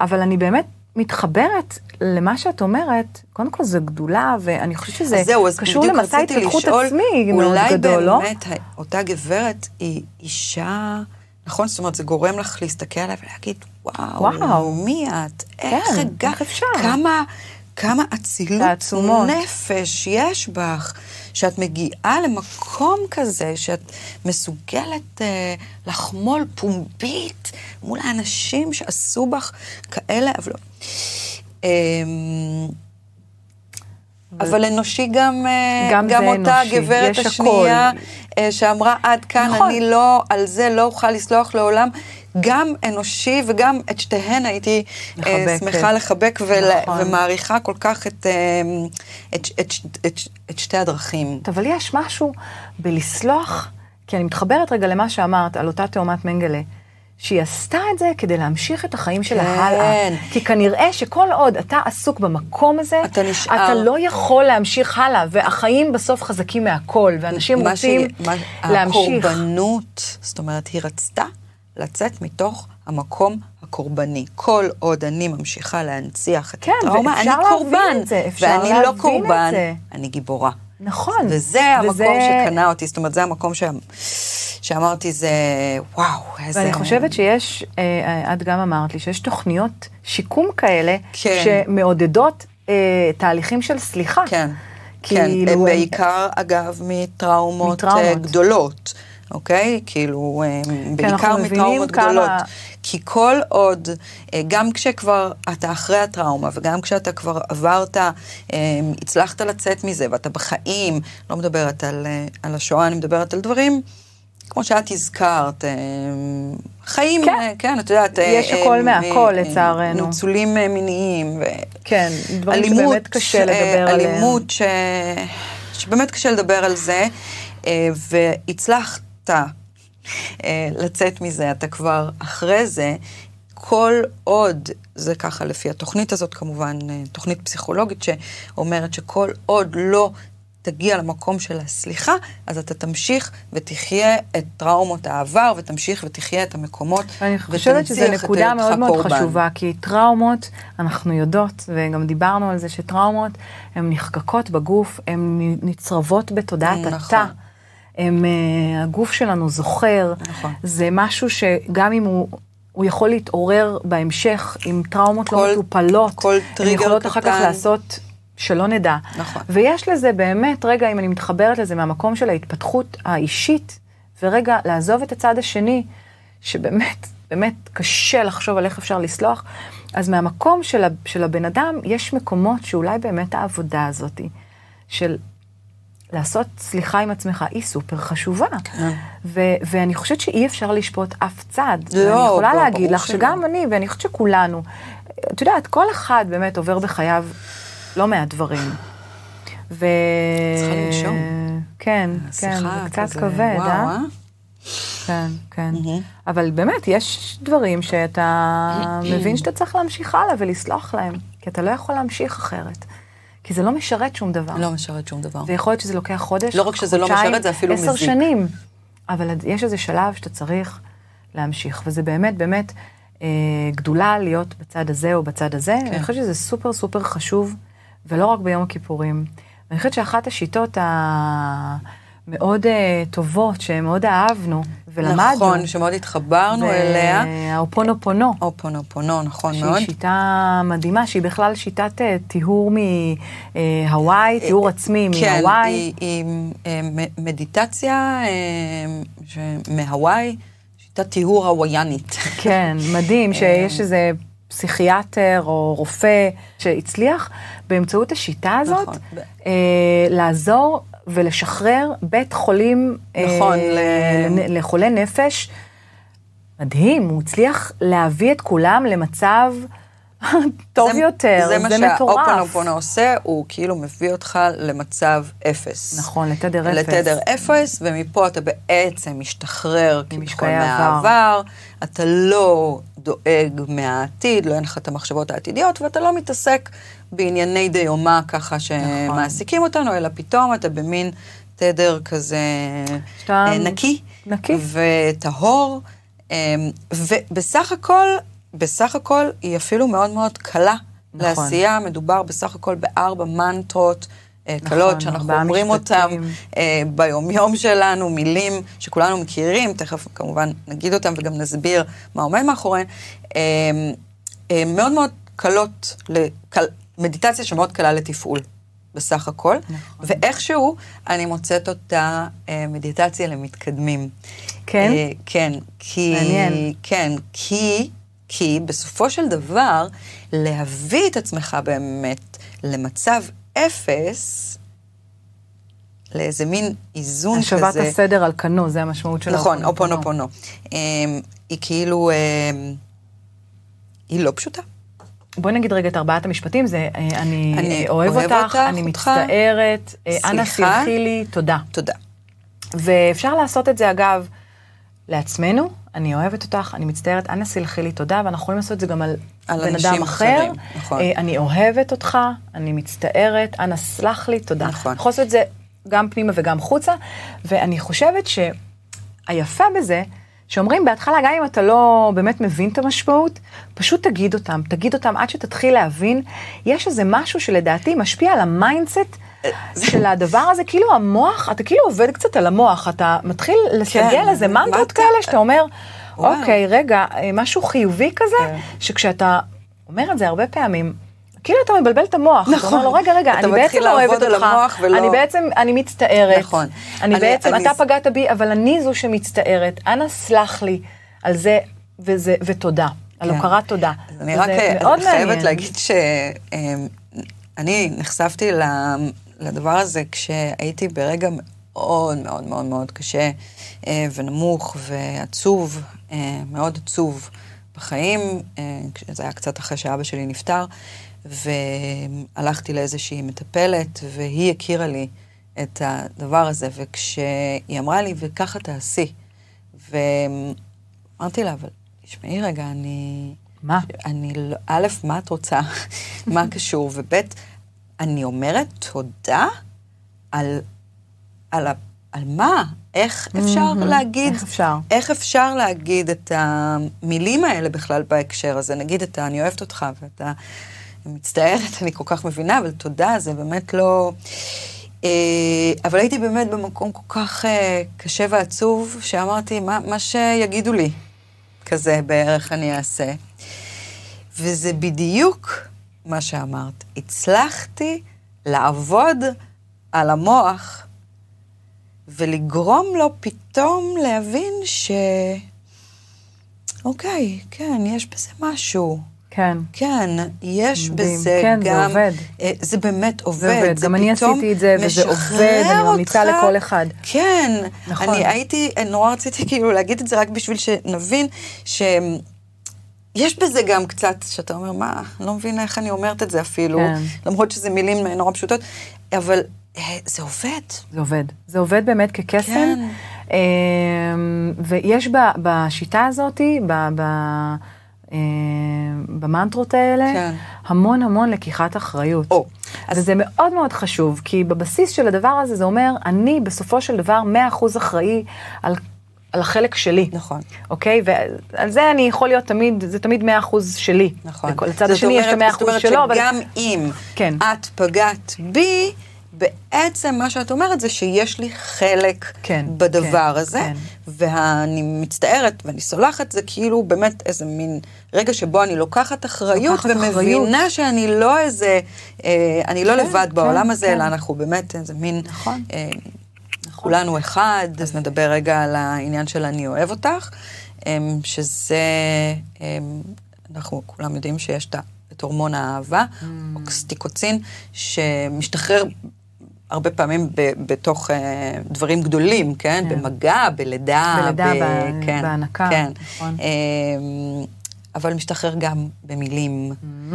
[SPEAKER 2] אבל אני באמת מתחברת למה שאת אומרת. קודם כל, זו גדולה, ואני חושבת שזה
[SPEAKER 3] אז זהו, אז
[SPEAKER 2] קשור
[SPEAKER 3] בדיוק
[SPEAKER 2] למסע
[SPEAKER 3] רציתי
[SPEAKER 2] התפתחות
[SPEAKER 3] לשאול,
[SPEAKER 2] עצמי מאוד גדול, לא?
[SPEAKER 3] אולי באמת ה- אותה גברת היא אישה, נכון? זאת אומרת, זה גורם לך להסתכל עליה ולהגיד, וואו,
[SPEAKER 2] וואו.
[SPEAKER 3] מי את? איך
[SPEAKER 2] כן,
[SPEAKER 3] הגעת?
[SPEAKER 2] איך אפשר?"
[SPEAKER 3] כמה, כמה אצילות
[SPEAKER 2] תעצומות.
[SPEAKER 3] נפש יש בך, שאת מגיעה למקום כזה, שאת מסוגלת אה, לחמול פומבית מול האנשים שעשו בך כאלה עוולות. אמ, אבל אנושי גם, אה,
[SPEAKER 2] גם
[SPEAKER 3] גם
[SPEAKER 2] זה
[SPEAKER 3] אותה
[SPEAKER 2] אנושי,
[SPEAKER 3] הגברת
[SPEAKER 2] יש
[SPEAKER 3] השנייה אה, שאמרה עד כאן,
[SPEAKER 2] נכון.
[SPEAKER 3] אני לא, על זה לא אוכל לסלוח לעולם. גם אנושי וגם את שתיהן הייתי אה,
[SPEAKER 2] מחבקת.
[SPEAKER 3] שמחה לחבק ול,
[SPEAKER 2] נכון.
[SPEAKER 3] ומעריכה כל כך את, אה, את, את, את, את שתי הדרכים.
[SPEAKER 2] אומרת, אבל יש משהו בלסלוח, כי אני מתחברת רגע למה שאמרת על אותה תאומת מנגלה, שהיא עשתה את זה כדי להמשיך את החיים שלה
[SPEAKER 3] כן.
[SPEAKER 2] הלאה. כי כנראה שכל עוד אתה עסוק במקום הזה,
[SPEAKER 3] אתה נשאר.
[SPEAKER 2] אתה לא יכול להמשיך הלאה, והחיים בסוף חזקים מהכל, ואנשים
[SPEAKER 3] מה
[SPEAKER 2] רוצים
[SPEAKER 3] שהיא- מה-
[SPEAKER 2] להמשיך.
[SPEAKER 3] הקורבנות, זאת אומרת, היא רצתה לצאת מתוך המקום הקורבני. כל עוד אני ממשיכה להנציח את
[SPEAKER 2] כן,
[SPEAKER 3] הטראומה, אני
[SPEAKER 2] ואפשר להבין
[SPEAKER 3] קורבן.
[SPEAKER 2] את זה, אפשר
[SPEAKER 3] ואני
[SPEAKER 2] להבין
[SPEAKER 3] לא
[SPEAKER 2] את
[SPEAKER 3] קורבן,
[SPEAKER 2] זה.
[SPEAKER 3] אני גיבורה.
[SPEAKER 2] נכון.
[SPEAKER 3] וזה המקום שקנה אותי, זאת אומרת, זה המקום ש... שאמרתי, זה וואו, איזה...
[SPEAKER 2] ואני חושבת שיש, אה, אה, את גם אמרת לי, שיש תוכניות שיקום כאלה,
[SPEAKER 3] כן.
[SPEAKER 2] שמעודדות אה, תהליכים של סליחה.
[SPEAKER 3] כן. כן,
[SPEAKER 2] נכון. כאילו,
[SPEAKER 3] הם
[SPEAKER 2] הם-
[SPEAKER 3] בעיקר, אגב, מטראומות
[SPEAKER 2] מטראומות.
[SPEAKER 3] אה, גדולות, אוקיי? כאילו, אה, בעיקר
[SPEAKER 2] כן, אנחנו מבינים
[SPEAKER 3] מטראומות
[SPEAKER 2] כמה-
[SPEAKER 3] גדולות. כי כל עוד, אה, גם כשכבר אתה אחרי הטראומה, וגם כשאתה כבר עברת, אה, הצלחת לצאת מזה, ואתה בחיים, לא מדברת על, אה, על השואה, אני מדברת על דברים, כמו שאת הזכרת, אה, חיים,
[SPEAKER 2] כן.
[SPEAKER 3] אה, כן, את יודעת, אה,
[SPEAKER 2] יש הכל
[SPEAKER 3] אה,
[SPEAKER 2] מהכל,
[SPEAKER 3] אה,
[SPEAKER 2] לצערנו.
[SPEAKER 3] ניצולים אה, מיניים. ו...
[SPEAKER 2] כן, דברים שבאמת קשה
[SPEAKER 3] אה,
[SPEAKER 2] לדבר עליהם.
[SPEAKER 3] אלימות, ש... שבאמת קשה לדבר על זה, אה, והצלחת אה, לצאת מזה, אתה כבר אחרי זה. כל עוד, זה ככה לפי התוכנית הזאת כמובן, אה, תוכנית פסיכולוגית שאומרת שכל עוד לא תגיע למקום של הסליחה, אז אתה תמשיך ותחיה את טראומות העבר, ותמשיך ותחיה את המקומות,
[SPEAKER 2] אני חושבת שזו
[SPEAKER 3] ותנציח את
[SPEAKER 2] נקודה
[SPEAKER 3] היותך
[SPEAKER 2] מאוד מאוד
[SPEAKER 3] קורבן.
[SPEAKER 2] חשובה, כי טראומות, אנחנו יודעות, וגם דיברנו על זה שטראומות, הן נחקקות בגוף, הן נצרבות בתודעת
[SPEAKER 3] נכון.
[SPEAKER 2] התא. הם, אה, הגוף שלנו זוכר,
[SPEAKER 3] נכון.
[SPEAKER 2] זה משהו שגם אם הוא, הוא יכול להתעורר בהמשך עם טראומות
[SPEAKER 3] כל-
[SPEAKER 2] לא מטופלות,
[SPEAKER 3] כל טריגר
[SPEAKER 2] הן יכולות אחר כך
[SPEAKER 3] קטן.
[SPEAKER 2] לעשות שלא נדע.
[SPEAKER 3] נכון.
[SPEAKER 2] ויש לזה באמת, רגע, אם אני מתחברת לזה מהמקום של ההתפתחות האישית, ורגע, לעזוב את הצד השני, שבאמת, באמת קשה לחשוב על איך אפשר לסלוח, אז מהמקום של, ה, של הבן אדם, יש מקומות שאולי באמת העבודה הזאת, של לעשות סליחה עם עצמך, היא סופר חשובה.
[SPEAKER 3] כן.
[SPEAKER 2] ו- ואני חושבת שאי אפשר לשפוט אף צד.
[SPEAKER 3] לא,
[SPEAKER 2] ואני יכולה
[SPEAKER 3] לא,
[SPEAKER 2] להגיד
[SPEAKER 3] ברור
[SPEAKER 2] לך
[SPEAKER 3] שלא.
[SPEAKER 2] שגם אני, ואני חושבת שכולנו, את יודעת, כל אחד באמת עובר בחייו לא מעט דברים. ו...
[SPEAKER 3] צריכה לנשום.
[SPEAKER 2] כן, כן, זה
[SPEAKER 3] השיחה,
[SPEAKER 2] קצת
[SPEAKER 3] כזה,
[SPEAKER 2] כבד,
[SPEAKER 3] וואו,
[SPEAKER 2] אה? כן, כן. אבל באמת, יש דברים שאתה מבין שאתה צריך להמשיך הלאה ולסלוח להם, כי אתה לא יכול להמשיך אחרת. כי זה לא משרת שום דבר.
[SPEAKER 3] לא משרת שום דבר.
[SPEAKER 2] ויכול להיות שזה לוקח חודש,
[SPEAKER 3] לא רק שזה לא
[SPEAKER 2] חודשיים,
[SPEAKER 3] משרת, זה אפילו
[SPEAKER 2] עשר
[SPEAKER 3] מזיק.
[SPEAKER 2] שנים. אבל עד- יש איזה שלב שאתה צריך להמשיך, וזה באמת באמת אה, גדולה להיות
[SPEAKER 3] כן.
[SPEAKER 2] בצד הזה או בצד הזה. אני חושבת שזה סופר סופר חשוב, ולא רק ביום הכיפורים. ואני חושבת שאחת השיטות המאוד אה, טובות, שמאוד אהבנו ולמדנו,
[SPEAKER 3] נכון, שמאוד התחברנו אליה.
[SPEAKER 2] האופונופונו,
[SPEAKER 3] אופונופונו, נכון
[SPEAKER 2] שהיא
[SPEAKER 3] מאוד.
[SPEAKER 2] שיטה מדהימה, שהיא בכלל שיטת אה, טיהור מהוואי, טיהור עצמי
[SPEAKER 3] אה, כן,
[SPEAKER 2] מהוואי.
[SPEAKER 3] היא, היא אה, מ- מדיטציה אה, ש- מהוואי, שיטת טיהור הוויאנית.
[SPEAKER 2] כן, מדהים שיש איזה פסיכיאטר או רופא שהצליח באמצעות השיטה הזאת
[SPEAKER 3] נכון.
[SPEAKER 2] אה, לעזור ולשחרר בית חולים, אה,
[SPEAKER 3] נכון, ל-
[SPEAKER 2] לנ- לחולי נפש. מדהים, הוא הצליח להביא את כולם למצב טוב
[SPEAKER 3] זה-
[SPEAKER 2] יותר, זה,
[SPEAKER 3] זה מה
[SPEAKER 2] מטורף.
[SPEAKER 3] שהאופונופונו עושה, הוא כאילו מביא אותך למצב אפס.
[SPEAKER 2] נכון, לתדר אפס.
[SPEAKER 3] לתדר אפס, ומפה אתה בעצם משתחרר כביכול
[SPEAKER 2] ממשקעי העבר.
[SPEAKER 3] מהעבר, אתה לא דואג מהעתיד, לא אין לך את המחשבות העתידיות, ואתה לא מתעסק בענייני דיומה
[SPEAKER 2] נכון.
[SPEAKER 3] ככה שמעסיקים אותנו, אלא פתאום אתה במין תדר כזה
[SPEAKER 2] שאתה-
[SPEAKER 3] אה, נקי.
[SPEAKER 2] נקי.
[SPEAKER 3] וטהור, אה, ובסך הכל, בסך הכל היא אפילו מאוד מאוד קלה
[SPEAKER 2] נכון.
[SPEAKER 3] לעשייה, מדובר בסך הכל בארבע מנטרות. אה,
[SPEAKER 2] נכון,
[SPEAKER 3] קלות שאנחנו
[SPEAKER 2] ארבעה
[SPEAKER 3] אומרים אותם
[SPEAKER 2] משפטים.
[SPEAKER 3] אה, ביומיום שלנו, מילים שכולנו מכירים, תכף כמובן נגיד אותם וגם נסביר מה עומד מאחוריהן, אה, אה, מאוד מאוד קלות, לקל, מדיטציה שמאוד קלה לתפעול בסך הכל, נכון. ואיכשהו אני מוצאת אותה אה, מדיטציה למתקדמים.
[SPEAKER 2] כן?
[SPEAKER 3] אה, כן, כי...
[SPEAKER 2] מעניין.
[SPEAKER 3] כן, כי, כי בסופו של דבר, להביא את עצמך באמת למצב אפס, לאיזה מין איזון כזה.
[SPEAKER 2] השבת הסדר על כנו, זה המשמעות של
[SPEAKER 3] נכון,
[SPEAKER 2] האופונופונו.
[SPEAKER 3] אופונופונו. אמ, היא כאילו, אמ, היא לא פשוטה.
[SPEAKER 2] בואי נגיד רגע את ארבעת המשפטים, זה אה, אני,
[SPEAKER 3] אני
[SPEAKER 2] אני אוהב
[SPEAKER 3] אוהב
[SPEAKER 2] אותך,
[SPEAKER 3] אותך,
[SPEAKER 2] אני
[SPEAKER 3] אותך.
[SPEAKER 2] מצטערת, אה, אנא
[SPEAKER 3] סליחה.
[SPEAKER 2] סלחי לי, תודה.
[SPEAKER 3] תודה.
[SPEAKER 2] ואפשר לעשות את זה אגב לעצמנו, אני אוהבת אותך, אני מצטערת, אנא סלחי לי, תודה, ואנחנו יכולים לעשות את זה גם על,
[SPEAKER 3] על
[SPEAKER 2] בן
[SPEAKER 3] אנשים
[SPEAKER 2] אדם אחר.
[SPEAKER 3] אחרים, נכון.
[SPEAKER 2] אה, אני אוהבת אותך, אני מצטערת, אנא סלח לי, תודה.
[SPEAKER 3] נכון.
[SPEAKER 2] יכול לעשות את זה גם פנימה וגם חוצה, ואני חושבת שהיפה בזה, שאומרים בהתחלה, גם אם אתה לא באמת מבין את המשמעות, פשוט תגיד אותם, תגיד אותם עד שתתחיל להבין. יש איזה משהו שלדעתי משפיע על המיינדסט של הדבר הזה, כאילו המוח, אתה כאילו עובד קצת על המוח, אתה מתחיל לסגל
[SPEAKER 3] כן,
[SPEAKER 2] איזה
[SPEAKER 3] מה
[SPEAKER 2] מנטרות
[SPEAKER 3] אתה-
[SPEAKER 2] כאלה שאתה אומר,
[SPEAKER 3] וואו.
[SPEAKER 2] אוקיי, רגע, אה, משהו חיובי כזה,
[SPEAKER 3] כן.
[SPEAKER 2] שכשאתה אומר את זה הרבה פעמים, כאילו אתה מבלבל את המוח,
[SPEAKER 3] נכון.
[SPEAKER 2] אתה אומר לו, רגע, רגע,
[SPEAKER 3] אתה
[SPEAKER 2] אני
[SPEAKER 3] מתחיל
[SPEAKER 2] בעצם לא אוהבת
[SPEAKER 3] לעבוד על
[SPEAKER 2] אותך,
[SPEAKER 3] המוח ולא-
[SPEAKER 2] אני בעצם, אני מצטערת,
[SPEAKER 3] נכון.
[SPEAKER 2] אני
[SPEAKER 3] אני-
[SPEAKER 2] בעצם,
[SPEAKER 3] אני-
[SPEAKER 2] אתה פגעת בי, אבל אני זו שמצטערת, אנא סלח לי על זה, וזה, ותודה, על
[SPEAKER 3] כן.
[SPEAKER 2] הוקרת תודה.
[SPEAKER 3] אז אני
[SPEAKER 2] וזה
[SPEAKER 3] רק אה,
[SPEAKER 2] מאוד
[SPEAKER 3] אני חייבת
[SPEAKER 2] מעניין.
[SPEAKER 3] להגיד שאני נחשפתי ל- לדבר הזה כשהייתי ברגע מאוד מאוד מאוד מאוד קשה אה, ונמוך ועצוב, אה, מאוד עצוב בחיים, אה, כש- זה היה קצת אחרי שאבא שלי נפטר, והלכתי לאיזושהי מטפלת והיא הכירה לי את הדבר הזה, וכשהיא אמרה לי, וככה תעשי. ואמרתי לה, אבל תשמעי רגע, אני...
[SPEAKER 2] מה?
[SPEAKER 3] אני, לא- א', מה את רוצה? מה קשור? וב', אני אומרת תודה על, על, ה- על מה? איך אפשר להגיד,
[SPEAKER 2] Mm-hmm. איך אפשר?
[SPEAKER 3] איך אפשר להגיד את המילים האלה בכלל בהקשר הזה? נגיד את ה- אני אוהבת אותך ואתה מצטערת, אני כל כך מבינה, אבל תודה, זה באמת לא... אה, אבל הייתי באמת במקום כל כך אה, קשה ועצוב, שאמרתי, מה, מה שיגידו לי, כזה בערך אני אעשה. וזה בדיוק מה שאמרת. הצלחתי לעבוד על המוח ולגרום לו פתאום להבין ש... אוקיי, כן, יש בזה משהו.
[SPEAKER 2] כן.
[SPEAKER 3] כן, יש
[SPEAKER 2] מדהים.
[SPEAKER 3] בזה
[SPEAKER 2] כן,
[SPEAKER 3] גם...
[SPEAKER 2] זה עובד.
[SPEAKER 3] אה, זה באמת עובד.
[SPEAKER 2] זה עובד. גם אני
[SPEAKER 3] פתאום
[SPEAKER 2] עשיתי את זה, וזה
[SPEAKER 3] משחרר
[SPEAKER 2] עובד, אני ממליצה
[SPEAKER 3] אותך.
[SPEAKER 2] לכל אחד.
[SPEAKER 3] כן.
[SPEAKER 2] נכון.
[SPEAKER 3] אני הייתי, נורא רציתי כאילו להגיד את זה רק בשביל שנבין ש... יש בזה גם קצת, שאתה אומר, מה, אני לא מבינה איך אני אומרת את זה אפילו,
[SPEAKER 2] כן.
[SPEAKER 3] למרות שזה מילים אה, נורא פשוטות, אבל אה, זה עובד.
[SPEAKER 2] זה עובד. זה עובד באמת כקסם.
[SPEAKER 3] כן.
[SPEAKER 2] אמ, ויש ב, בשיטה הזאת, ב, ב, אמ, במנטרות האלה,
[SPEAKER 3] כן.
[SPEAKER 2] המון המון לקיחת אחריות.
[SPEAKER 3] או,
[SPEAKER 2] אז זה מאוד מאוד חשוב, כי בבסיס של הדבר הזה זה אומר, אני בסופו של דבר 100% אחראי על, על החלק שלי.
[SPEAKER 3] נכון.
[SPEAKER 2] אוקיי? ועל זה אני יכול להיות תמיד, זה תמיד 100% שלי.
[SPEAKER 3] נכון.
[SPEAKER 2] לכל- לצד
[SPEAKER 3] זאת
[SPEAKER 2] השני יש את
[SPEAKER 3] אומרת-
[SPEAKER 2] ה-100% שלו,
[SPEAKER 3] זאת
[SPEAKER 2] אבל...
[SPEAKER 3] אומרת שגם אם
[SPEAKER 2] כן.
[SPEAKER 3] את פגעת בי, בעצם מה שאת אומרת זה שיש לי חלק
[SPEAKER 2] כן,
[SPEAKER 3] בדבר
[SPEAKER 2] כן,
[SPEAKER 3] הזה,
[SPEAKER 2] כן.
[SPEAKER 3] ואני מצטערת ואני סולחת, זה כאילו באמת איזה מין רגע שבו אני לוקחת אחריות
[SPEAKER 2] לוקחת
[SPEAKER 3] ומבינה
[SPEAKER 2] אחריות.
[SPEAKER 3] שאני לא איזה, אה, אני לא
[SPEAKER 2] כן,
[SPEAKER 3] לבד
[SPEAKER 2] כן,
[SPEAKER 3] בעולם הזה,
[SPEAKER 2] כן.
[SPEAKER 3] אלא אנחנו באמת איזה מין,
[SPEAKER 2] נכון.
[SPEAKER 3] אה, כולנו אחד, אז נדבר רגע על העניין של אני אוהב אותך, אה, שזה, אה, אנחנו כולם יודעים שיש את ה- את הורמון האהבה,
[SPEAKER 2] Mm.
[SPEAKER 3] אוקסטיקוצין, שמשתחרר הרבה פעמים ב, בתוך אה, דברים גדולים, כן?
[SPEAKER 2] כן.
[SPEAKER 3] במגע, בלידה.
[SPEAKER 2] בלידה,
[SPEAKER 3] ב-
[SPEAKER 2] ב- בהנקה,
[SPEAKER 3] כן.
[SPEAKER 2] נכון.
[SPEAKER 3] אה, אבל משתחרר גם במילים.
[SPEAKER 2] Mm.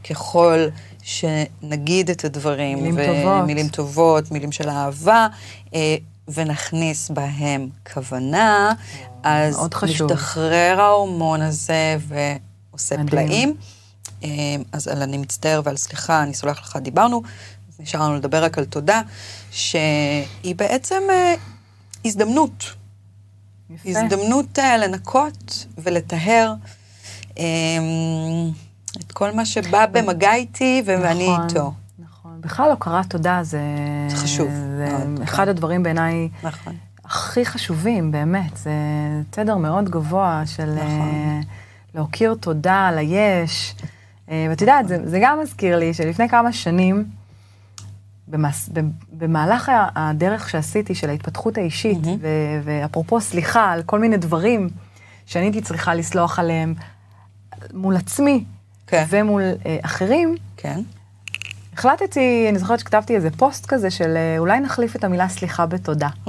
[SPEAKER 3] וככל שנגיד את הדברים,
[SPEAKER 2] מילים
[SPEAKER 3] ו-
[SPEAKER 2] טובות.
[SPEAKER 3] מילים טובות, מילים של אהבה, אה, ונכניס בהם כוונה, אז
[SPEAKER 2] מאוד חשוב.
[SPEAKER 3] משתחרר ההורמון הזה ועושה
[SPEAKER 2] מדהים.
[SPEAKER 3] פלאים. אה, אז על אני מצטער ועל סליחה, אני סולח לך, דיברנו. אז נשאר לנו לדבר רק על תודה, שהיא בעצם אה, הזדמנות.
[SPEAKER 2] יפה.
[SPEAKER 3] הזדמנות אה, לנקות ולטהר אה, את כל מה שבא במגע איתי ואני
[SPEAKER 2] נכון,
[SPEAKER 3] איתו.
[SPEAKER 2] נכון. בכלל הוקרת תודה זה...
[SPEAKER 3] זה חשוב
[SPEAKER 2] זה
[SPEAKER 3] מאוד,
[SPEAKER 2] אחד
[SPEAKER 3] כן.
[SPEAKER 2] הדברים בעיניי
[SPEAKER 3] נכון.
[SPEAKER 2] הכי חשובים, באמת. זה תדר מאוד גבוה של
[SPEAKER 3] נכון.
[SPEAKER 2] אה, להוקיר תודה ליש. אה, ואת יודעת, זה, זה גם מזכיר לי שלפני כמה שנים, במס, ב- במהלך ה- הדרך שעשיתי של ההתפתחות האישית,
[SPEAKER 3] מהמם.
[SPEAKER 2] ו- ואפרופו סליחה על כל מיני דברים שאני הייתי צריכה לסלוח עליהם מול עצמי
[SPEAKER 3] כן,
[SPEAKER 2] ומול אה, אחרים,
[SPEAKER 3] כן.
[SPEAKER 2] החלטתי, אני זוכרת שכתבתי איזה פוסט כזה של אה, אולי נחליף את המילה סליחה בתודה.
[SPEAKER 3] Mm,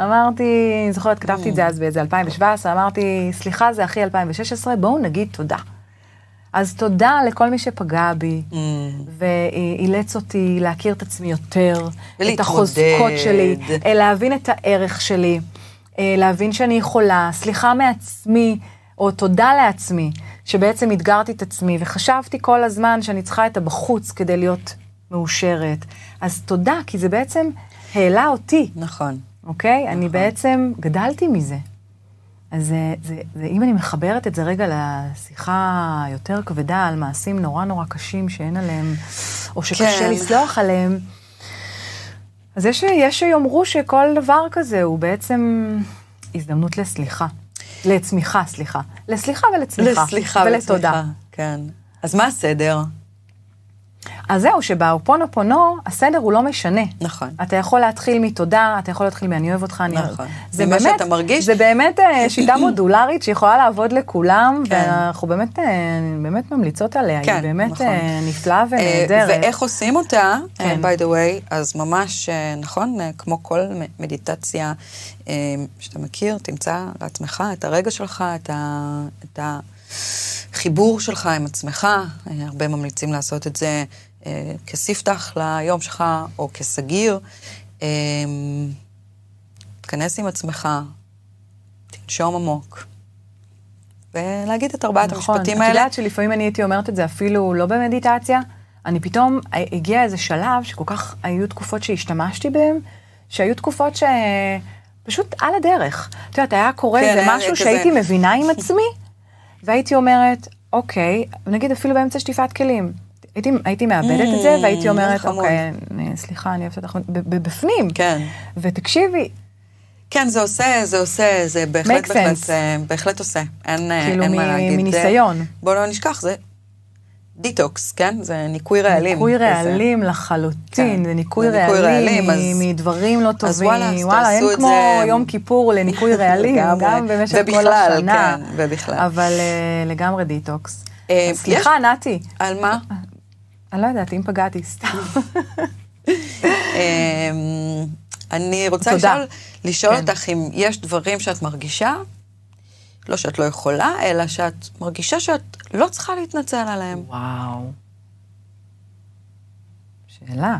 [SPEAKER 2] אמרתי, אני זוכרת, כתבתי את זה אז באיזה 2017, אמרתי, סליחה זה אחי 2016, בואו נגיד תודה. אז תודה לכל מי שפגע בי,
[SPEAKER 3] mm.
[SPEAKER 2] ואילץ אותי להכיר את עצמי יותר, את
[SPEAKER 3] ולהתמודד.
[SPEAKER 2] החוזקות שלי, אה, להבין את הערך שלי, אה, להבין שאני יכולה, סליחה מעצמי, או תודה לעצמי, שבעצם אתגרתי את עצמי, וחשבתי כל הזמן שאני צריכה את הבחוץ כדי להיות מאושרת. אז תודה, כי זה בעצם העלה אותי.
[SPEAKER 3] נכון.
[SPEAKER 2] אוקיי? נכון. אני בעצם גדלתי מזה. אז זה, זה, זה, אם אני מחברת את זה רגע לשיחה היותר כבדה על מעשים נורא נורא קשים שאין עליהם, או שקשה
[SPEAKER 3] כן.
[SPEAKER 2] כן. לסלוח עליהם, אז יש, יש שיאמרו שכל דבר כזה הוא בעצם הזדמנות לסליחה. לצמיחה, סליחה. לסליחה ולצמיחה.
[SPEAKER 3] לסליחה
[SPEAKER 2] ולתודה.
[SPEAKER 3] ולסליחה. כן. אז מה הסדר?
[SPEAKER 2] אז זהו, שבהאופונופונו, הסדר הוא לא משנה.
[SPEAKER 3] נכון.
[SPEAKER 2] אתה יכול להתחיל מתודה, אתה יכול להתחיל מ"אני אוהב אותך", אני אוהב.
[SPEAKER 3] נכון.
[SPEAKER 2] זה
[SPEAKER 3] ממה
[SPEAKER 2] באמת,
[SPEAKER 3] שאתה מרגיש.
[SPEAKER 2] זה באמת אה, שיטה מודולרית שיכולה לעבוד לכולם,
[SPEAKER 3] כן.
[SPEAKER 2] ואנחנו באמת, אה, באמת ממליצות עליה,
[SPEAKER 3] כן,
[SPEAKER 2] היא באמת
[SPEAKER 3] נכון.
[SPEAKER 2] אה, נפלאה
[SPEAKER 3] אה,
[SPEAKER 2] ונהדרת.
[SPEAKER 3] ואיך עושים אותה, אה,
[SPEAKER 2] כן.
[SPEAKER 3] by the way, אז ממש, אה, נכון, אה, כמו כל מ- מדיטציה אה, שאתה מכיר, תמצא לעצמך את הרגע שלך, את ה- את החיבור שלך עם עצמך. אה, הרבה ממליצים לעשות את זה אה, כספתח ליום שלך או כסגיר. אה, תיכנס עם עצמך, תנשום עמוק, ולהגיד את ארבעת המשפטים
[SPEAKER 2] נכון, את
[SPEAKER 3] האלה.
[SPEAKER 2] יודעת שלפעמים אני הייתי אומרת את זה אפילו לא במדיטציה, אני פתאום, ה- הגיע איזה שלב שכל כך היו תקופות שהשתמשתי בהן, שהיו תקופות שפשוט על הדרך. את יודעת, היה קורה
[SPEAKER 3] כן,
[SPEAKER 2] איזה
[SPEAKER 3] היה
[SPEAKER 2] משהו
[SPEAKER 3] כזה.
[SPEAKER 2] שהייתי מבינה עם עצמי, והייתי אומרת, אוקיי, נגיד אפילו באמצע שטיפת כלים. הייתי, הייתי מאבדת את זה,
[SPEAKER 3] Mm,
[SPEAKER 2] והייתי אומרת,
[SPEAKER 3] חמוד.
[SPEAKER 2] אוקיי, אני- סליחה, אני אוהבת אותך, ב- ב- בפנים.
[SPEAKER 3] כן.
[SPEAKER 2] ותקשיבי,
[SPEAKER 3] כן, זה עושה, זה עושה, זה בהחלט,
[SPEAKER 2] Make
[SPEAKER 3] בהחלט,
[SPEAKER 2] sense.
[SPEAKER 3] אה, בהחלט עושה. אין, אה,
[SPEAKER 2] כאילו,
[SPEAKER 3] אין מה
[SPEAKER 2] מ-
[SPEAKER 3] להגיד.
[SPEAKER 2] מניסיון.
[SPEAKER 3] בואו לא נשכח, זה דיטוקס, כן? זה ניקוי רעלים.
[SPEAKER 2] ניקוי
[SPEAKER 3] כזה.
[SPEAKER 2] רעלים לחלוטין,
[SPEAKER 3] כן.
[SPEAKER 2] זה ניקוי
[SPEAKER 3] זה ניקוי
[SPEAKER 2] רעלים
[SPEAKER 3] רעלים, אז-
[SPEAKER 2] מ- מדברים לא
[SPEAKER 3] אז
[SPEAKER 2] טובים.
[SPEAKER 3] וואלה, אז
[SPEAKER 2] וואלה, אין
[SPEAKER 3] תעשו את
[SPEAKER 2] כמו
[SPEAKER 3] זה.
[SPEAKER 2] יום כיפור לניקוי רעלים,
[SPEAKER 3] לגמרי.
[SPEAKER 2] גם במשך כל
[SPEAKER 3] ובכלל,
[SPEAKER 2] השנה.
[SPEAKER 3] כן, ובכלל.
[SPEAKER 2] אבל אה, לגמרי דיטוקס.
[SPEAKER 3] אה,
[SPEAKER 2] אז סליחה, נתי,
[SPEAKER 3] על מה?
[SPEAKER 2] אני לא יודעת, אם פגעתי, סתם.
[SPEAKER 3] אה, אני רוצה
[SPEAKER 2] תודה.
[SPEAKER 3] לשאול, לשאול
[SPEAKER 2] כן.
[SPEAKER 3] אותך אם יש דברים שאת מרגישה, לא שאת לא יכולה, אלא שאת מרגישה שאת לא צריכה להתנצל עליהם.
[SPEAKER 2] וואו. שאלה.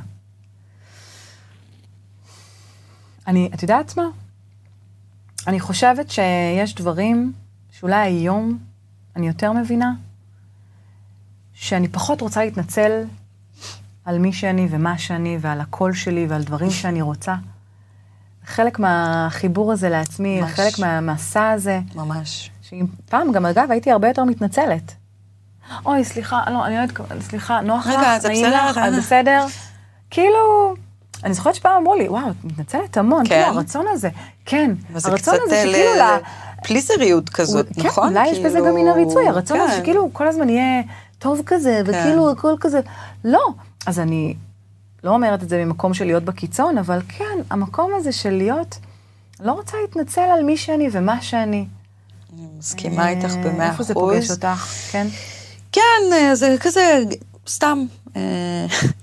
[SPEAKER 2] אני, את יודעת מה? אני חושבת שיש דברים שאולי היום אני יותר מבינה, שאני פחות רוצה להתנצל על מי שאני ומה שאני ועל הקול שלי ועל דברים שאני רוצה. חלק מהחיבור הזה לעצמי,
[SPEAKER 3] ממש.
[SPEAKER 2] חלק מהמסע הזה,
[SPEAKER 3] ממש.
[SPEAKER 2] שאם פעם, גם אגב, הייתי הרבה יותר מתנצלת. אוי, סליחה, לא, אני לא יודעת, סליחה, נוח לך,
[SPEAKER 3] רגע, זה
[SPEAKER 2] נעים
[SPEAKER 3] בסדר,
[SPEAKER 2] לך,
[SPEAKER 3] אה.
[SPEAKER 2] אז בסדר. כאילו, אני זוכרת שפעם אמרו לי, וואו, את מתנצלת המון,
[SPEAKER 3] כן.
[SPEAKER 2] כאילו, הרצון הזה, כן,
[SPEAKER 3] אבל זה
[SPEAKER 2] הרצון
[SPEAKER 3] קצת אה,
[SPEAKER 2] הזה
[SPEAKER 3] ל-
[SPEAKER 2] שכאילו, ל-
[SPEAKER 3] פליזריות כזאת,
[SPEAKER 2] הוא-
[SPEAKER 3] נכון?
[SPEAKER 2] כן, אולי יש בזה גם מן הריצוי, הרצון הזה
[SPEAKER 3] כן.
[SPEAKER 2] שכאילו כל הזמן יהיה טוב כזה, וכאילו הכל כזה, לא. אז אני לא אומרת את זה ממקום של להיות בקיצון, אבל כן, המקום הזה של להיות, לא רוצה להתנצל על מי שאני ומה שאני.
[SPEAKER 3] אני מסכימה איתך
[SPEAKER 2] אה,
[SPEAKER 3] במאה אחוז.
[SPEAKER 2] איפה זה פוגש אותך? כן.
[SPEAKER 3] כן, אה, זה כזה, סתם. אה,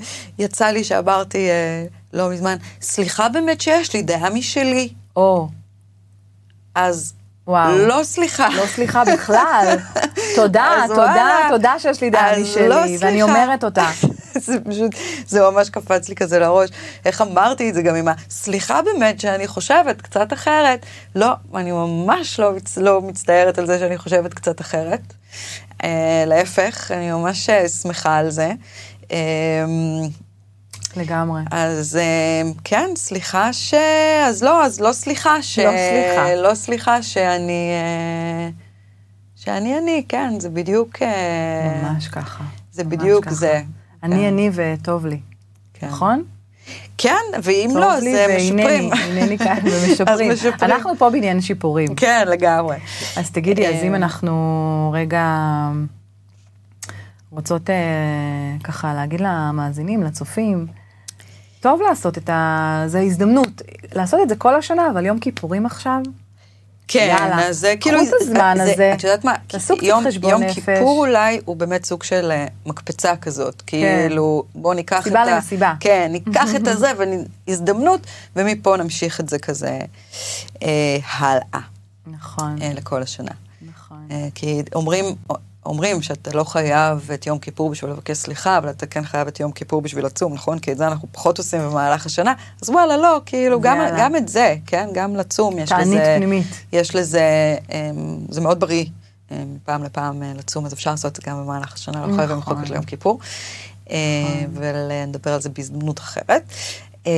[SPEAKER 3] יצא לי שאמרתי אה, לא מזמן, סליחה באמת שיש לי דעה משלי,
[SPEAKER 2] או,
[SPEAKER 3] אז
[SPEAKER 2] וואו.
[SPEAKER 3] לא סליחה.
[SPEAKER 2] לא סליחה בכלל. תודה,
[SPEAKER 3] אז
[SPEAKER 2] תודה,
[SPEAKER 3] וואלה.
[SPEAKER 2] תודה שיש לי דעה
[SPEAKER 3] אז
[SPEAKER 2] משלי,
[SPEAKER 3] לא
[SPEAKER 2] ואני
[SPEAKER 3] סליחה.
[SPEAKER 2] אומרת אותה.
[SPEAKER 3] זה פשוט, זה ממש קפץ לי כזה לראש. איך אמרתי את זה גם עם ה... סליחה באמת שאני חושבת קצת אחרת. לא, אני ממש לא, מצ... לא מצטערת על זה שאני חושבת קצת אחרת. Uh, להפך, אני ממש אה, שמחה על זה. אה,
[SPEAKER 2] לגמרי.
[SPEAKER 3] אז אה, כן, סליחה ש... אז לא, אז לא סליחה ש...
[SPEAKER 2] לא סליחה.
[SPEAKER 3] לא סליחה שאני... אה, שאני אני, כן, זה בדיוק... אה,
[SPEAKER 2] ממש ככה.
[SPEAKER 3] זה
[SPEAKER 2] ממש
[SPEAKER 3] בדיוק
[SPEAKER 2] ככה.
[SPEAKER 3] זה.
[SPEAKER 2] אני
[SPEAKER 3] כן.
[SPEAKER 2] אני וטוב לי,
[SPEAKER 3] כן.
[SPEAKER 2] נכון?
[SPEAKER 3] כן, ואם
[SPEAKER 2] טוב
[SPEAKER 3] לא, אז
[SPEAKER 2] לי
[SPEAKER 3] אה,
[SPEAKER 2] והנני,
[SPEAKER 3] משפרים.
[SPEAKER 2] הנני כאן ומשפרים.
[SPEAKER 3] אז משפרים.
[SPEAKER 2] אנחנו פה בעניין שיפורים.
[SPEAKER 3] כן, לגמרי.
[SPEAKER 2] אז תגידי, אז אם
[SPEAKER 3] אה,
[SPEAKER 2] אנחנו רגע רוצות אה, ככה להגיד למאזינים, לצופים, טוב לעשות את ה... זה הזדמנות. לעשות את זה כל השנה, אבל יום כיפורים עכשיו,
[SPEAKER 3] כן,
[SPEAKER 2] יאללה,
[SPEAKER 3] אז זה
[SPEAKER 2] קחו
[SPEAKER 3] כאילו...
[SPEAKER 2] את הזמן
[SPEAKER 3] זה-
[SPEAKER 2] הזה,
[SPEAKER 3] את יודעת מה?
[SPEAKER 2] תעשו קצת
[SPEAKER 3] יום-
[SPEAKER 2] חשבון
[SPEAKER 3] יום
[SPEAKER 2] נפש.
[SPEAKER 3] כיפור אולי הוא באמת סוג של אה, מקפצה כזאת. כאילו, בואו ניקח את
[SPEAKER 2] כן. סיבה
[SPEAKER 3] ה...
[SPEAKER 2] למסיבה.
[SPEAKER 3] כן, ניקח את הזה והזדמנות, ומפה נמשיך את זה כזה אה, הלאה
[SPEAKER 2] נכון,
[SPEAKER 3] אה, לכל השנה.
[SPEAKER 2] נכון.
[SPEAKER 3] אה, כי אומרים... אומרים שאתה לא חייב את יום כיפור בשביל לבקש סליחה, אבל אתה כן חייב את יום כיפור בשביל לצום, נכון? כי את זה אנחנו פחות עושים במהלך השנה. אז וואלה, לא, כאילו, גם,
[SPEAKER 2] יאללה.
[SPEAKER 3] גם את זה, כן? גם לצום יש
[SPEAKER 2] תענית
[SPEAKER 3] לזה...
[SPEAKER 2] פנימית.
[SPEAKER 3] יש לזה, אמ, זה מאוד בריא אמ, מפעם לפעם אה, לצום, אז אפשר לעשות את זה גם במהלך השנה, לא חייבים
[SPEAKER 2] נכון.
[SPEAKER 3] לחכות ליום כיפור. אה, ונדבר על זה בהזדמנות אחרת. אמ,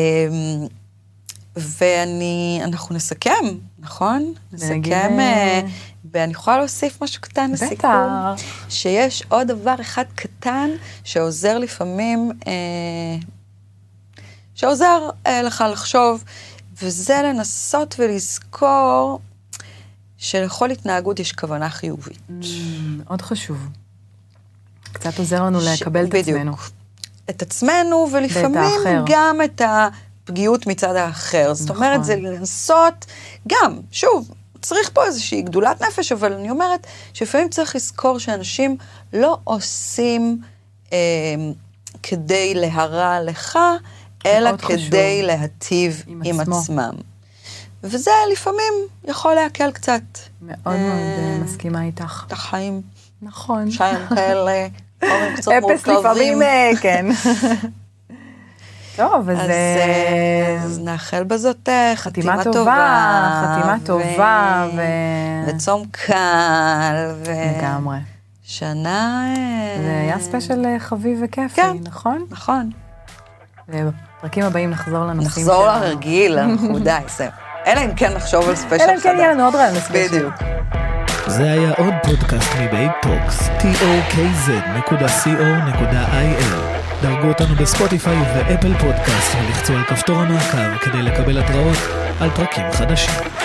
[SPEAKER 3] ואנחנו נסכם, נכון?
[SPEAKER 2] ונגיד,
[SPEAKER 3] נסכם,
[SPEAKER 2] אה,
[SPEAKER 3] אה, ואני יכולה להוסיף משהו קטן
[SPEAKER 2] בטח.
[SPEAKER 3] לסיכום. שיש עוד דבר אחד קטן שעוזר לפעמים, אה, שעוזר אה, לך לחשוב, וזה לנסות ולזכור שלכל התנהגות יש כוונה חיובית.
[SPEAKER 2] אמ, עוד חשוב. קצת עוזר לנו
[SPEAKER 3] ש-
[SPEAKER 2] לקבל את
[SPEAKER 3] בדיוק.
[SPEAKER 2] עצמנו.
[SPEAKER 3] את עצמנו, ולפעמים
[SPEAKER 2] האחר.
[SPEAKER 3] גם את הפגיעות מצד האחר. זאת
[SPEAKER 2] נכון.
[SPEAKER 3] אומרת, זה לנסות, גם, שוב, צריך פה איזושהי גדולת נפש, אבל אני אומרת שלפעמים צריך לזכור שאנשים לא עושים אה, כדי להרע לך, אלא
[SPEAKER 2] מאוד חשוב.
[SPEAKER 3] כדי להטיב
[SPEAKER 2] עם
[SPEAKER 3] עם,
[SPEAKER 2] עצמו.
[SPEAKER 3] עצמם. וזה לפעמים יכול להקל קצת
[SPEAKER 2] מאוד מאוד אה,
[SPEAKER 3] אה,
[SPEAKER 2] מסכימה איתך.
[SPEAKER 3] את החיים.
[SPEAKER 2] נכון.
[SPEAKER 3] שיים כאלה, אורן קצת
[SPEAKER 2] אפס
[SPEAKER 3] מורכבים.
[SPEAKER 2] לפעמים, אה, כן. טוב, אז... אה,
[SPEAKER 3] אז, אה, אז נאחל בזאת אה, חתימה טובה.
[SPEAKER 2] חתימה
[SPEAKER 3] ו-
[SPEAKER 2] טובה, ו...
[SPEAKER 3] וצום קל, ו...
[SPEAKER 2] לגמרי.
[SPEAKER 3] שנה... אה,
[SPEAKER 2] זה היה ספיישל אה, חביב וכיפי,
[SPEAKER 3] כן.
[SPEAKER 2] נכון?
[SPEAKER 3] נכון.
[SPEAKER 2] ובפרקים הבאים נחזור לנושאים
[SPEAKER 3] נחזור
[SPEAKER 2] שלנו.
[SPEAKER 3] לרגיל, אנחנו די, זהו. אלא אם כן נחשוב על ספיישל
[SPEAKER 2] אלא אם
[SPEAKER 3] חדש.
[SPEAKER 2] כן יהיה לנו עוד רעיון לספיישל.
[SPEAKER 3] בדיוק.
[SPEAKER 1] זה היה עוד פודקאסט מבית טוקס, tokz.co.il. דרגו אותנו בספוטיפיי ובאפל פודקאסט ולחצו על כפתור המעקב כדי לקבל התראות על פרקים חדשים.